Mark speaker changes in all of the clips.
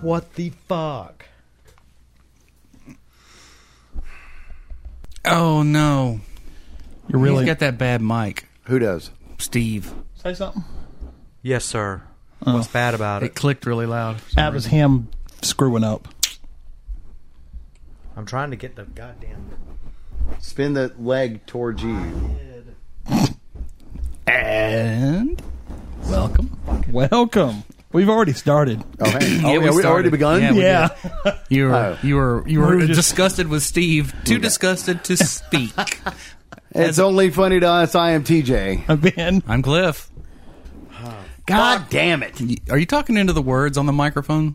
Speaker 1: What the fuck?
Speaker 2: Oh no,
Speaker 3: You're really
Speaker 2: he's got that bad mic,
Speaker 4: Who does?
Speaker 2: Steve.
Speaker 1: Say something.
Speaker 5: Yes, sir.
Speaker 3: Oh.
Speaker 5: What's bad about
Speaker 2: It
Speaker 5: it?
Speaker 2: clicked really loud.
Speaker 3: that was him screwing up.
Speaker 5: I'm trying to get the goddamn.
Speaker 4: Spin the leg towards you.
Speaker 2: And welcome.
Speaker 3: Welcome. We've already started.
Speaker 4: Oh, hey. Oh,
Speaker 2: we
Speaker 4: have we already
Speaker 2: started.
Speaker 4: begun?
Speaker 2: Yeah, we-
Speaker 3: Yeah.
Speaker 2: You were
Speaker 4: Oh.
Speaker 2: you were you were
Speaker 3: We were just-
Speaker 2: disgusted with Steve. Too disgusted to speak.
Speaker 4: It's only funny to us. I am TJ.
Speaker 3: I've been.
Speaker 2: I'm Cliff.
Speaker 4: God damn it.
Speaker 2: Y- Are you talking into the words on the microphone?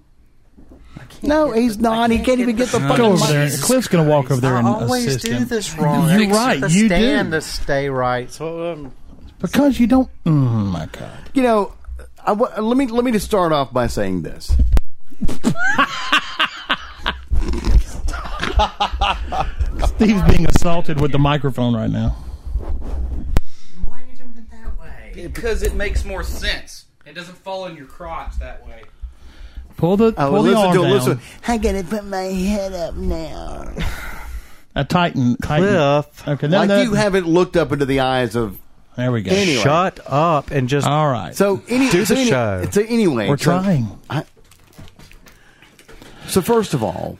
Speaker 4: No, he's not. He can't even get the
Speaker 3: Go
Speaker 4: fucking
Speaker 3: over there.
Speaker 4: mic.
Speaker 3: Cliff's going to walk over there
Speaker 5: I
Speaker 3: and
Speaker 5: always
Speaker 3: assist
Speaker 5: do
Speaker 3: him.
Speaker 5: this wrong.
Speaker 3: You're
Speaker 5: I fix
Speaker 3: right,
Speaker 5: The
Speaker 3: you
Speaker 5: stand
Speaker 3: do.
Speaker 5: to stay right. So um,
Speaker 3: Because you don't. Oh, my God.
Speaker 4: You know, I wa- let me let me just start off by saying this.
Speaker 3: Steve's being assaulted with the microphone right now.
Speaker 2: Why are you doing it that way? Because it makes more sense. It doesn't fall in your crotch that way.
Speaker 3: Pull the,
Speaker 4: I
Speaker 3: pull the arm down.
Speaker 4: Uh, Oh, Listen.
Speaker 6: I gotta put my head up now.
Speaker 3: A tighten. tighten.
Speaker 5: Cliff.
Speaker 3: Okay, no,
Speaker 4: Like
Speaker 3: no,
Speaker 4: you haven't looked up into the eyes of.
Speaker 3: There we go.
Speaker 4: Anyway.
Speaker 5: shut up and just.
Speaker 3: All right.
Speaker 4: So any,
Speaker 5: Do
Speaker 4: so
Speaker 5: the
Speaker 4: any-
Speaker 5: show.
Speaker 4: So anyway,
Speaker 3: We're
Speaker 4: so-
Speaker 3: trying.
Speaker 4: So first of all,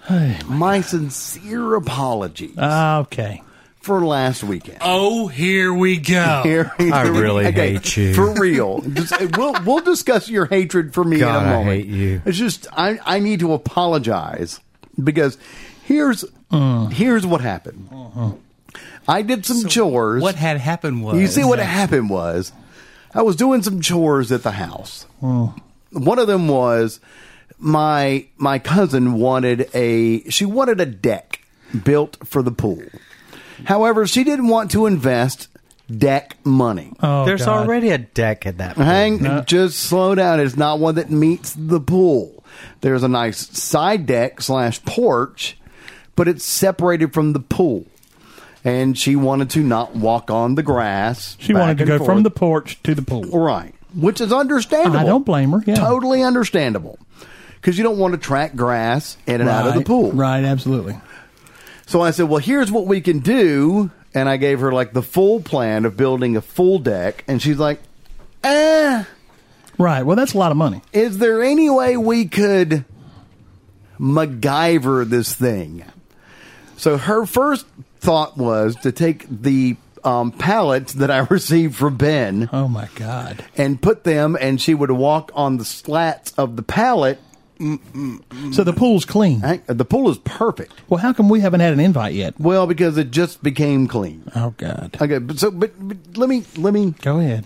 Speaker 4: my sincere apologies
Speaker 3: Ah, okay.
Speaker 4: for last weekend.
Speaker 2: Oh, here we go.
Speaker 4: Here-
Speaker 5: I really
Speaker 4: Okay,
Speaker 5: hate you.
Speaker 4: for real. Just, eh, we'll we'll discuss your hatred for me
Speaker 5: God,
Speaker 4: in
Speaker 5: I
Speaker 4: a moment.
Speaker 5: hate you.
Speaker 4: It's just I I need to apologize because here's
Speaker 5: Mm.
Speaker 4: here's what happened.
Speaker 5: Uh-huh.
Speaker 4: I did some chores.
Speaker 2: What had happened was
Speaker 4: You see, what happened was I was doing some chores at the house.
Speaker 3: Oh.
Speaker 4: One of them was my my cousin wanted a she wanted a deck built for the pool. However, she didn't want to invest deck money.
Speaker 3: Oh,
Speaker 5: There's
Speaker 3: God.
Speaker 5: already a deck at that. Point.
Speaker 4: Hang, just slow down. It's not one that meets the pool. There's a nice side deck slash porch, but it's separated from the pool. And she wanted to not walk on the grass.
Speaker 3: She
Speaker 4: back
Speaker 3: wanted to
Speaker 4: and
Speaker 3: go
Speaker 4: forth.
Speaker 3: from the porch to the pool.
Speaker 4: Right. Which is understandable.
Speaker 3: I don't blame her, yeah.
Speaker 4: Totally understandable. Because you don't want to track grass in and out of the
Speaker 3: Right,
Speaker 4: pool.
Speaker 3: Right, absolutely.
Speaker 4: So I said, well, here's what we can do. And I gave her like the full plan of building a full deck. And she's like, eh,
Speaker 3: Right. Well, that's a lot of money.
Speaker 4: is there any way we could MacGyver this thing? So her first thought was to take the um, pallets that I received from Ben.
Speaker 3: Oh my God.
Speaker 4: and put them, and she would walk on the slats of the pallet.
Speaker 3: So the pool's clean.
Speaker 4: I- The pool is perfect.
Speaker 3: Well, how come we haven't had an invite yet?
Speaker 4: Well, because it just became clean.
Speaker 3: Oh God.
Speaker 4: Okay, but so but, but let me let me.
Speaker 3: Go ahead.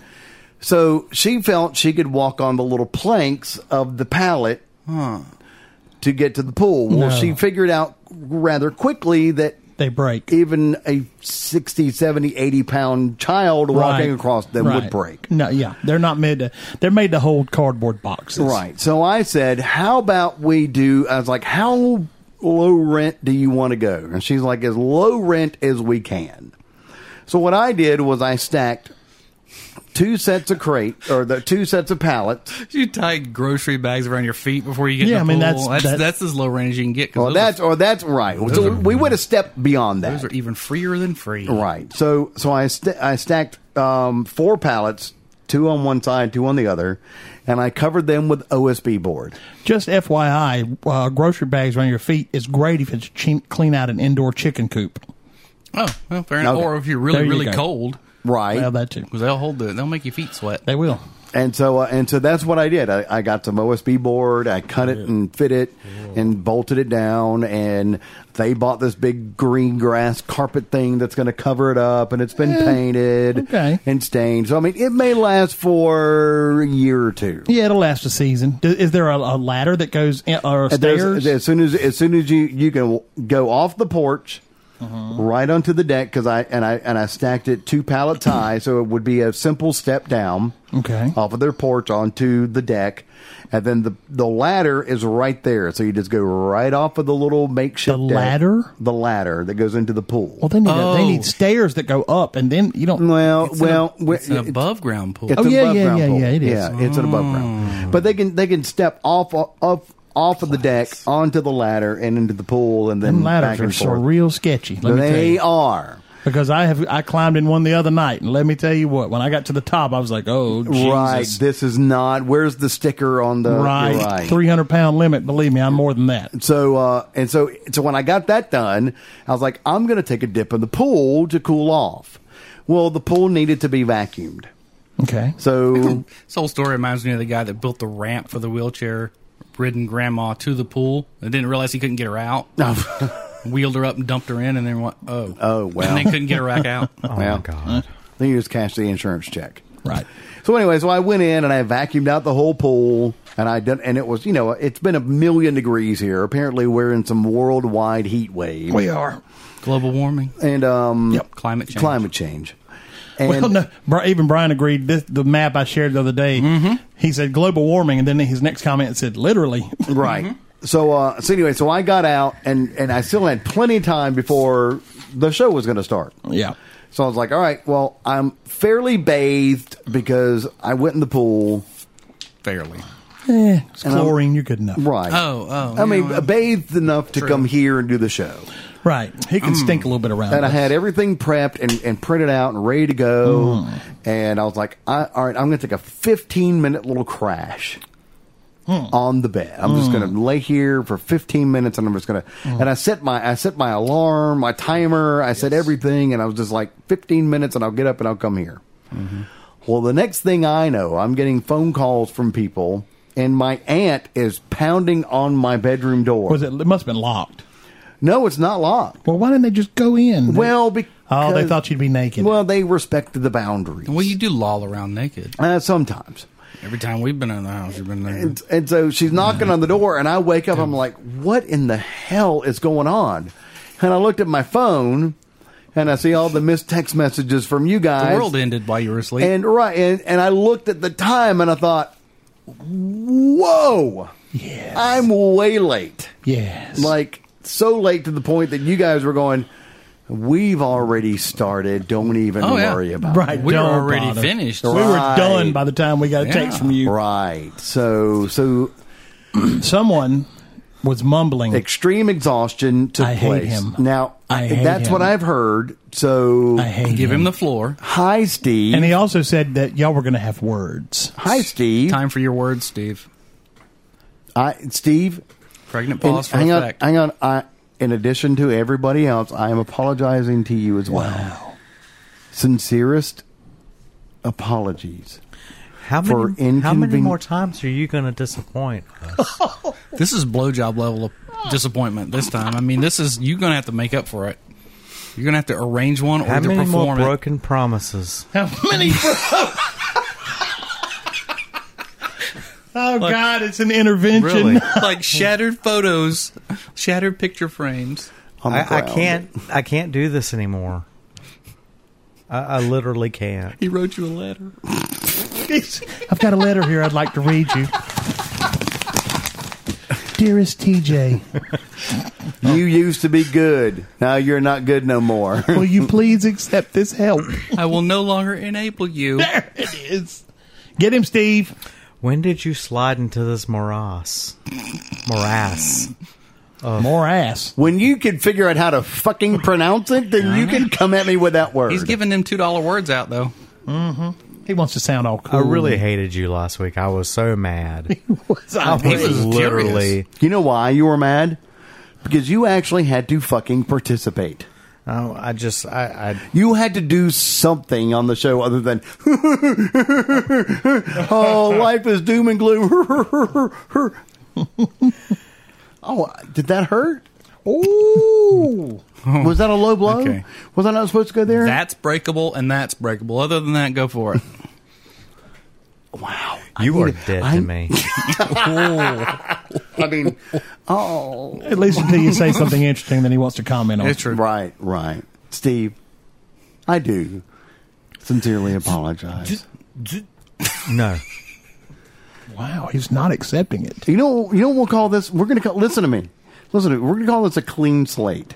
Speaker 4: So she felt she could walk on the little planks of the pallet to get to the pool. Well,
Speaker 3: No.
Speaker 4: she figured out rather quickly that
Speaker 3: They break.
Speaker 4: even a 60, 70, 80 pound child walking
Speaker 3: Right.
Speaker 4: across them
Speaker 3: Right.
Speaker 4: would break.
Speaker 3: No, yeah, they're not made to. They're made to hold cardboard boxes.
Speaker 4: Right. So I said, "How about we do?" I was like, "How low rent do you want to go?" And she's like, "As low rent as we can." So what I did was I stacked two sets of crate or the two sets of pallets.
Speaker 2: You tie grocery bags around your feet before you get.
Speaker 3: Yeah,
Speaker 2: in
Speaker 3: I
Speaker 2: the
Speaker 3: mean,
Speaker 2: pool.
Speaker 3: that's-
Speaker 2: that's,
Speaker 3: that's-
Speaker 2: that's as low range you can get. 'cause
Speaker 4: Or
Speaker 2: those
Speaker 4: that's
Speaker 2: are,
Speaker 4: or that's right. So we went a step beyond that.
Speaker 2: those are even freer than free.
Speaker 4: Right. So so I st- I stacked um, four pallets, two on one side, two on the other, and I covered them with OSB board.
Speaker 3: Just FYI, uh, grocery bags around your feet is great if it's che- clean out an indoor chicken coop.
Speaker 2: Oh, well, fair enough.
Speaker 4: Okay.
Speaker 2: Or if you're really
Speaker 3: There you
Speaker 2: really
Speaker 3: go.
Speaker 2: cold,
Speaker 4: Right.
Speaker 3: Well, that too.
Speaker 2: because they'll hold the they'll make your feet sweat.
Speaker 3: They will.
Speaker 4: And so, uh, and so that's what I did. I, I got some OSB board. I cut it and fit it and bolted it down. And they bought this big green grass carpet thing that's going to cover it up, and it's been painted
Speaker 3: okay.
Speaker 4: and stained. So I mean, it may last for a year or two.
Speaker 3: Yeah, it'll last a season. D- Is there a, a ladder that goes in, or
Speaker 4: And there's-
Speaker 3: stairs?
Speaker 4: As soon as as soon as you you can go off the porch.
Speaker 3: Uh-huh.
Speaker 4: Right onto the deck because I and I and I stacked it two pallets high, so it would be a simple step down.
Speaker 3: Okay.
Speaker 4: off of their porch onto the deck, and then the the ladder is right there. So you just go right off of the little makeshift
Speaker 3: The
Speaker 4: deck.
Speaker 3: ladder?
Speaker 4: the ladder that goes into the pool.
Speaker 3: Well, they need a, they
Speaker 2: Oh.
Speaker 3: need stairs that go up, and then you don't.
Speaker 4: well,
Speaker 2: It's an-
Speaker 4: well, we-
Speaker 2: it's an above ground pool.
Speaker 4: It's
Speaker 3: Oh,
Speaker 4: an
Speaker 3: yeah, Mm.
Speaker 4: above
Speaker 3: yeah,
Speaker 4: ground
Speaker 3: yeah,
Speaker 4: pool.
Speaker 3: yeah, it is.
Speaker 4: Yeah, it's an above ground. But they can they can step off off off of the deck onto the ladder and into the pool and then
Speaker 3: Them
Speaker 4: back
Speaker 3: ladders
Speaker 4: and
Speaker 3: are so
Speaker 4: forth.
Speaker 3: real sketchy. Let me tell
Speaker 4: They
Speaker 3: you.
Speaker 4: are.
Speaker 3: because I have I climbed in one the other night, and let me tell you what. When I got to the top, I was like, "Oh, Jesus.
Speaker 4: Right. This is not. Where's the sticker on the
Speaker 3: right,
Speaker 4: You're
Speaker 3: three hundred pound limit." Believe me, I'm more than that.
Speaker 4: So uh, and so so when I got that done, I was like, I'm going to take a dip in the pool to cool off. Well, the pool needed to be vacuumed.
Speaker 3: Okay,
Speaker 4: So
Speaker 2: This whole story reminds me of the guy that built the ramp for the wheelchair ridden grandma to the pool and didn't realize he couldn't get her out.
Speaker 3: Oh,
Speaker 2: Wheeled her up and dumped her in, and then went, oh.
Speaker 4: Oh, wow.
Speaker 2: And then couldn't get her back out.
Speaker 5: Oh
Speaker 4: Well.
Speaker 5: my
Speaker 3: uh,
Speaker 5: god.
Speaker 4: then you just cash the insurance check.
Speaker 3: right.
Speaker 4: So anyway, so I went in and I vacuumed out the whole pool, and I done, and it was you know it's been a million degrees here. Apparently, we're in some worldwide heat wave
Speaker 3: We are.
Speaker 2: Global warming,
Speaker 4: and um
Speaker 2: climate change.
Speaker 4: climate change. And
Speaker 3: Well, no, Bri- even Brian agreed. This, the map I shared the other day,
Speaker 4: Mm-hmm.
Speaker 3: he said global warming, and then his next comment said literally.
Speaker 4: Right.
Speaker 3: Mm-hmm.
Speaker 4: So uh, so anyway, so I got out and and I still had plenty of time before the show was going to start.
Speaker 3: yeah,
Speaker 4: So I was like, all right, well, I'm fairly bathed because I went in the pool.
Speaker 2: Fairly.
Speaker 3: eh, it's chlorine. You're good enough.
Speaker 4: Right.
Speaker 2: Oh, oh.
Speaker 4: I mean,
Speaker 2: you know,
Speaker 4: bathed enough to come here and do the show.
Speaker 3: Right. He can stink a little bit around.
Speaker 4: And Mm. I
Speaker 3: us.
Speaker 4: had everything prepped and, and printed out and ready to go.
Speaker 3: Hmm.
Speaker 4: And I was like, I, all right, I'm going to take a 15 minute little crash
Speaker 3: Hmm.
Speaker 4: on the bed. I'm just going to lay here for 15 minutes and I'm just going to.
Speaker 3: Hmm.
Speaker 4: And I set my I set my alarm, my timer, I set everything. And I was just like, 15 minutes and I'll get up and I'll come here.
Speaker 3: Mm-hmm.
Speaker 4: Well, the next thing I know, I'm getting phone calls from people. And my aunt is pounding on my bedroom door.
Speaker 3: was it? It must have been locked.
Speaker 4: No, it's not locked.
Speaker 3: Well, why didn't they just go in?
Speaker 4: Well, because
Speaker 3: oh, they thought you'd be naked.
Speaker 4: Well, they respected the boundaries.
Speaker 2: well, you do loll around naked.
Speaker 4: uh, sometimes.
Speaker 2: Every time we've been in the house, you've been there.
Speaker 4: And, and so she's knocking on the door, and I wake up. I'm like, "What in the hell is going on?" And I looked at my phone, and I see all the missed text messages from you
Speaker 2: The
Speaker 4: guys.
Speaker 2: world ended while you were asleep.
Speaker 4: and right, and, and I looked at the time, and I thought, "Whoa,
Speaker 3: yes.
Speaker 4: I'm way late."
Speaker 3: yes.
Speaker 4: Like so late to the point that you guys were going. We've already started. Don't even
Speaker 2: Oh, yeah.
Speaker 4: worry about it.
Speaker 3: right.
Speaker 2: we were
Speaker 3: don't
Speaker 2: already
Speaker 3: bother.
Speaker 2: finished.
Speaker 3: We
Speaker 4: Right.
Speaker 3: were done by the time we got a
Speaker 2: Yeah.
Speaker 3: text from you.
Speaker 4: Right. So so
Speaker 3: Someone was mumbling.
Speaker 4: extreme exhaustion took
Speaker 3: I hate
Speaker 4: place.
Speaker 3: him.
Speaker 4: Now
Speaker 3: I hate
Speaker 4: that's what
Speaker 3: him.
Speaker 4: I've heard. So
Speaker 3: I hate
Speaker 2: Give
Speaker 3: him.
Speaker 2: him the floor.
Speaker 4: hi Steve.
Speaker 3: And he also said that y'all were going to have words.
Speaker 4: hi Steve.
Speaker 2: Time for your words, Steve.
Speaker 4: I Steve.
Speaker 2: Pregnant
Speaker 4: and
Speaker 2: pause for
Speaker 4: hang on.
Speaker 2: effect.
Speaker 4: Hang on. I in addition to everybody else, I am apologizing to you as well. Sincerest apologies.
Speaker 5: How
Speaker 4: For
Speaker 5: many, how many
Speaker 4: inconven-
Speaker 5: more times are you going to disappoint us?
Speaker 2: This is blowjob level of disappointment this time. I mean, this is you're gonna have to make up for it. You're gonna have to arrange one or
Speaker 5: How
Speaker 2: either
Speaker 5: many more
Speaker 2: perform it.
Speaker 5: broken promises?
Speaker 3: How many? oh Oh, God! It's an intervention.
Speaker 5: Really?
Speaker 2: like shattered photos, shattered picture frames.
Speaker 4: on the
Speaker 5: I, I
Speaker 4: ground.
Speaker 5: can't. I can't do this anymore. I, I literally can't.
Speaker 2: He wrote you a letter.
Speaker 3: I've got a letter here. I'd like to read you. Dearest TJ,
Speaker 4: You used to be good. Now you're not good no more.
Speaker 3: will you please accept this help?
Speaker 2: I will no longer enable you.
Speaker 3: There it is. Get him, Steve.
Speaker 5: When did you slide into this morass? Morass.
Speaker 3: More ass.
Speaker 4: when you can figure out how to fucking pronounce it, then you can come at me with that word.
Speaker 2: He's giving them two dollar words out though.
Speaker 3: He wants to sound all
Speaker 5: I
Speaker 3: cool.
Speaker 5: really hated you last week. I was so mad. I
Speaker 2: He was
Speaker 5: literally.
Speaker 4: You know why you were mad? Because you actually had to fucking participate.
Speaker 5: Oh, I just. I. I
Speaker 4: You had to do something on the show other than, oh, life is doom and gloom. oh, did that hurt?
Speaker 3: Ooh.
Speaker 4: Was that a low blow?
Speaker 2: Okay.
Speaker 4: Was I not supposed to go there?
Speaker 2: That's breakable and that's breakable. Other than that, go for it.
Speaker 4: wow.
Speaker 5: you
Speaker 4: I
Speaker 5: are
Speaker 4: need to-
Speaker 5: dead
Speaker 4: I-
Speaker 5: to me.
Speaker 4: I mean, oh.
Speaker 3: At least until you say something interesting that he wants to comment on.
Speaker 2: It's true.
Speaker 4: Right, right. Steve, I do sincerely apologize.
Speaker 5: No.
Speaker 3: Wow, he's not accepting it.
Speaker 4: You know, you know what we'll call this? We're going to call, listen to me. Listen to me. We're going to call this a clean slate.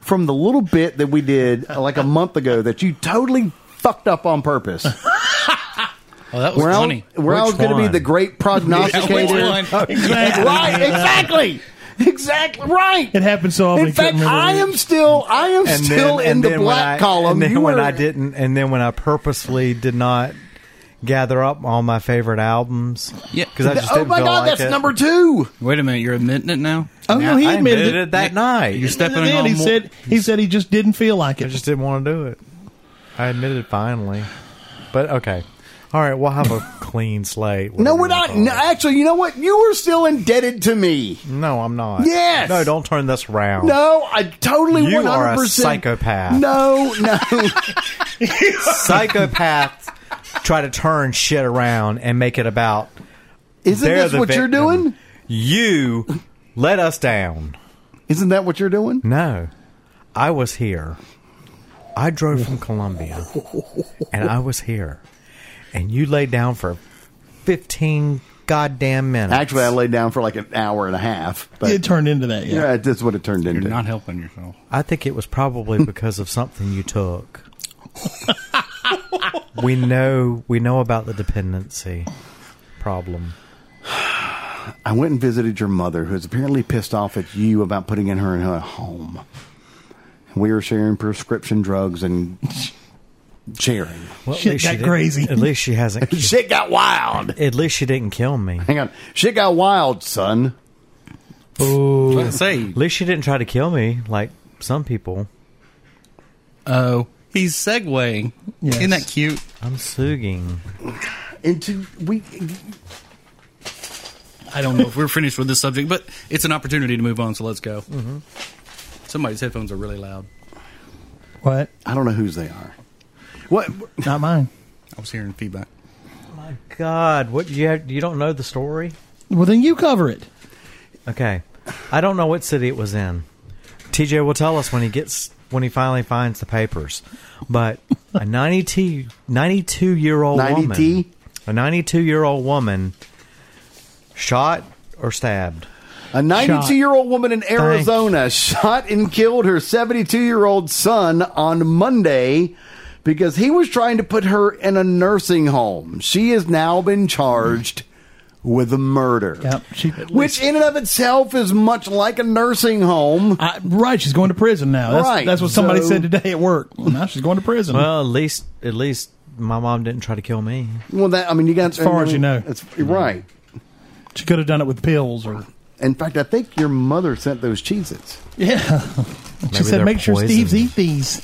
Speaker 4: From the little bit that we did uh, like a month ago that you totally fucked up on purpose.
Speaker 2: Oh, that was
Speaker 4: where
Speaker 2: funny.
Speaker 4: I, where I was
Speaker 5: Which
Speaker 4: going to be
Speaker 5: one?
Speaker 4: the great prognosticator.
Speaker 2: Yeah, which one?
Speaker 3: Exactly.
Speaker 4: Right, exactly. Exactly right.
Speaker 3: It happened so often.
Speaker 4: In fact, I am still I am
Speaker 5: And
Speaker 4: still
Speaker 5: then,
Speaker 4: in
Speaker 5: and
Speaker 4: the
Speaker 5: then
Speaker 4: black
Speaker 5: when I,
Speaker 4: column.
Speaker 5: And then
Speaker 4: You
Speaker 5: when
Speaker 4: were-
Speaker 5: I didn't, and then when I purposely did not gather up all my favorite albums.
Speaker 2: Yeah.
Speaker 5: because I just
Speaker 4: Oh
Speaker 5: didn't
Speaker 4: my
Speaker 5: feel
Speaker 4: god,
Speaker 5: like
Speaker 4: that's
Speaker 5: it.
Speaker 4: number two.
Speaker 2: Wait a minute, you're admitting it now?
Speaker 3: Oh
Speaker 5: Now,
Speaker 3: no, he
Speaker 5: I
Speaker 3: admitted it.
Speaker 5: it that night.
Speaker 2: You're stepping
Speaker 3: And
Speaker 2: on
Speaker 3: then he
Speaker 2: more-
Speaker 3: said he said he just didn't feel like
Speaker 5: I
Speaker 3: it.
Speaker 5: just didn't want to do it. I admitted it finally, but okay. All right, we'll have a clean slate.
Speaker 4: No,
Speaker 5: whatever
Speaker 4: we're
Speaker 5: you
Speaker 4: not.
Speaker 5: call
Speaker 4: No,
Speaker 5: it.
Speaker 4: actually, you know what? You were still indebted to me.
Speaker 5: No, I'm not.
Speaker 4: Yes!
Speaker 5: No, don't turn this round.
Speaker 4: No, I totally
Speaker 5: You
Speaker 4: 100%.
Speaker 5: are a psychopath.
Speaker 4: No, no.
Speaker 5: Psychopaths try to turn shit around and make it about
Speaker 4: Isn't
Speaker 5: they're
Speaker 4: this
Speaker 5: the
Speaker 4: what you're
Speaker 5: victim.
Speaker 4: doing?
Speaker 5: You let us down.
Speaker 4: Isn't that what you're doing?
Speaker 5: No, I was here. I drove from Columbia, and I was here. And you laid down for fifteen goddamn minutes.
Speaker 4: Actually, I laid down for like an hour and a half. But
Speaker 3: It turned into that. Yeah.
Speaker 4: yeah, that's what it turned into.
Speaker 2: You're not helping yourself.
Speaker 5: I think it was probably because of something you took. we know we know about the dependency problem.
Speaker 4: I went and visited your mother, who is apparently pissed off at you about putting in her in her home. We were sharing prescription drugs and sharing.
Speaker 5: Well,
Speaker 3: Shit got
Speaker 5: didn't-
Speaker 3: crazy.
Speaker 5: At least she hasn't.
Speaker 4: Shit got wild.
Speaker 5: at least she didn't kill me.
Speaker 4: Hang on, shit got wild, son.
Speaker 5: At
Speaker 2: Let's say,
Speaker 5: least she didn't try to kill me like some people.
Speaker 2: oh, he's segueing.
Speaker 3: Yes.
Speaker 2: Isn't that cute?
Speaker 5: I'm sugging.
Speaker 4: Into we
Speaker 2: I don't know if we're finished with this subject, but it's an opportunity to move on, so let's go.
Speaker 5: Mm-hmm.
Speaker 2: Somebody's headphones are really loud.
Speaker 3: What?
Speaker 4: I don't know whose they are. What?
Speaker 3: Not mine.
Speaker 2: I was hearing feedback.
Speaker 5: My God, what you have, you don't know the story?
Speaker 3: Well, then you cover it.
Speaker 5: Okay, I don't know what city it was in. TJ will tell us when he gets when he finally finds the papers. But a 92 year old
Speaker 4: 90
Speaker 5: woman,
Speaker 4: T?
Speaker 5: a ninety two year old woman, shot or stabbed.
Speaker 4: A 92 year old woman in Arizona shot and killed her 72 year old son on Monday because he was trying to put her in a nursing home. She has now been charged with murder.
Speaker 3: Yep, she-
Speaker 4: which in and of itself is much like a nursing home.
Speaker 3: I, right, she's going to prison now. That's,
Speaker 4: Right,
Speaker 3: that's what somebody
Speaker 4: so-
Speaker 3: said today at work. Well, now she's going to prison.
Speaker 5: Well, at least at least my mom didn't try to kill me.
Speaker 4: Well, that I mean, you got as
Speaker 3: far as you know.
Speaker 4: It's right.
Speaker 3: she could have done it with pills or.
Speaker 4: In fact, I think your mother sent those Cheez-Its.
Speaker 3: Yeah. she
Speaker 5: Maybe
Speaker 3: said,
Speaker 5: they're
Speaker 3: make sure Steve's
Speaker 5: poisoned.
Speaker 3: eat these.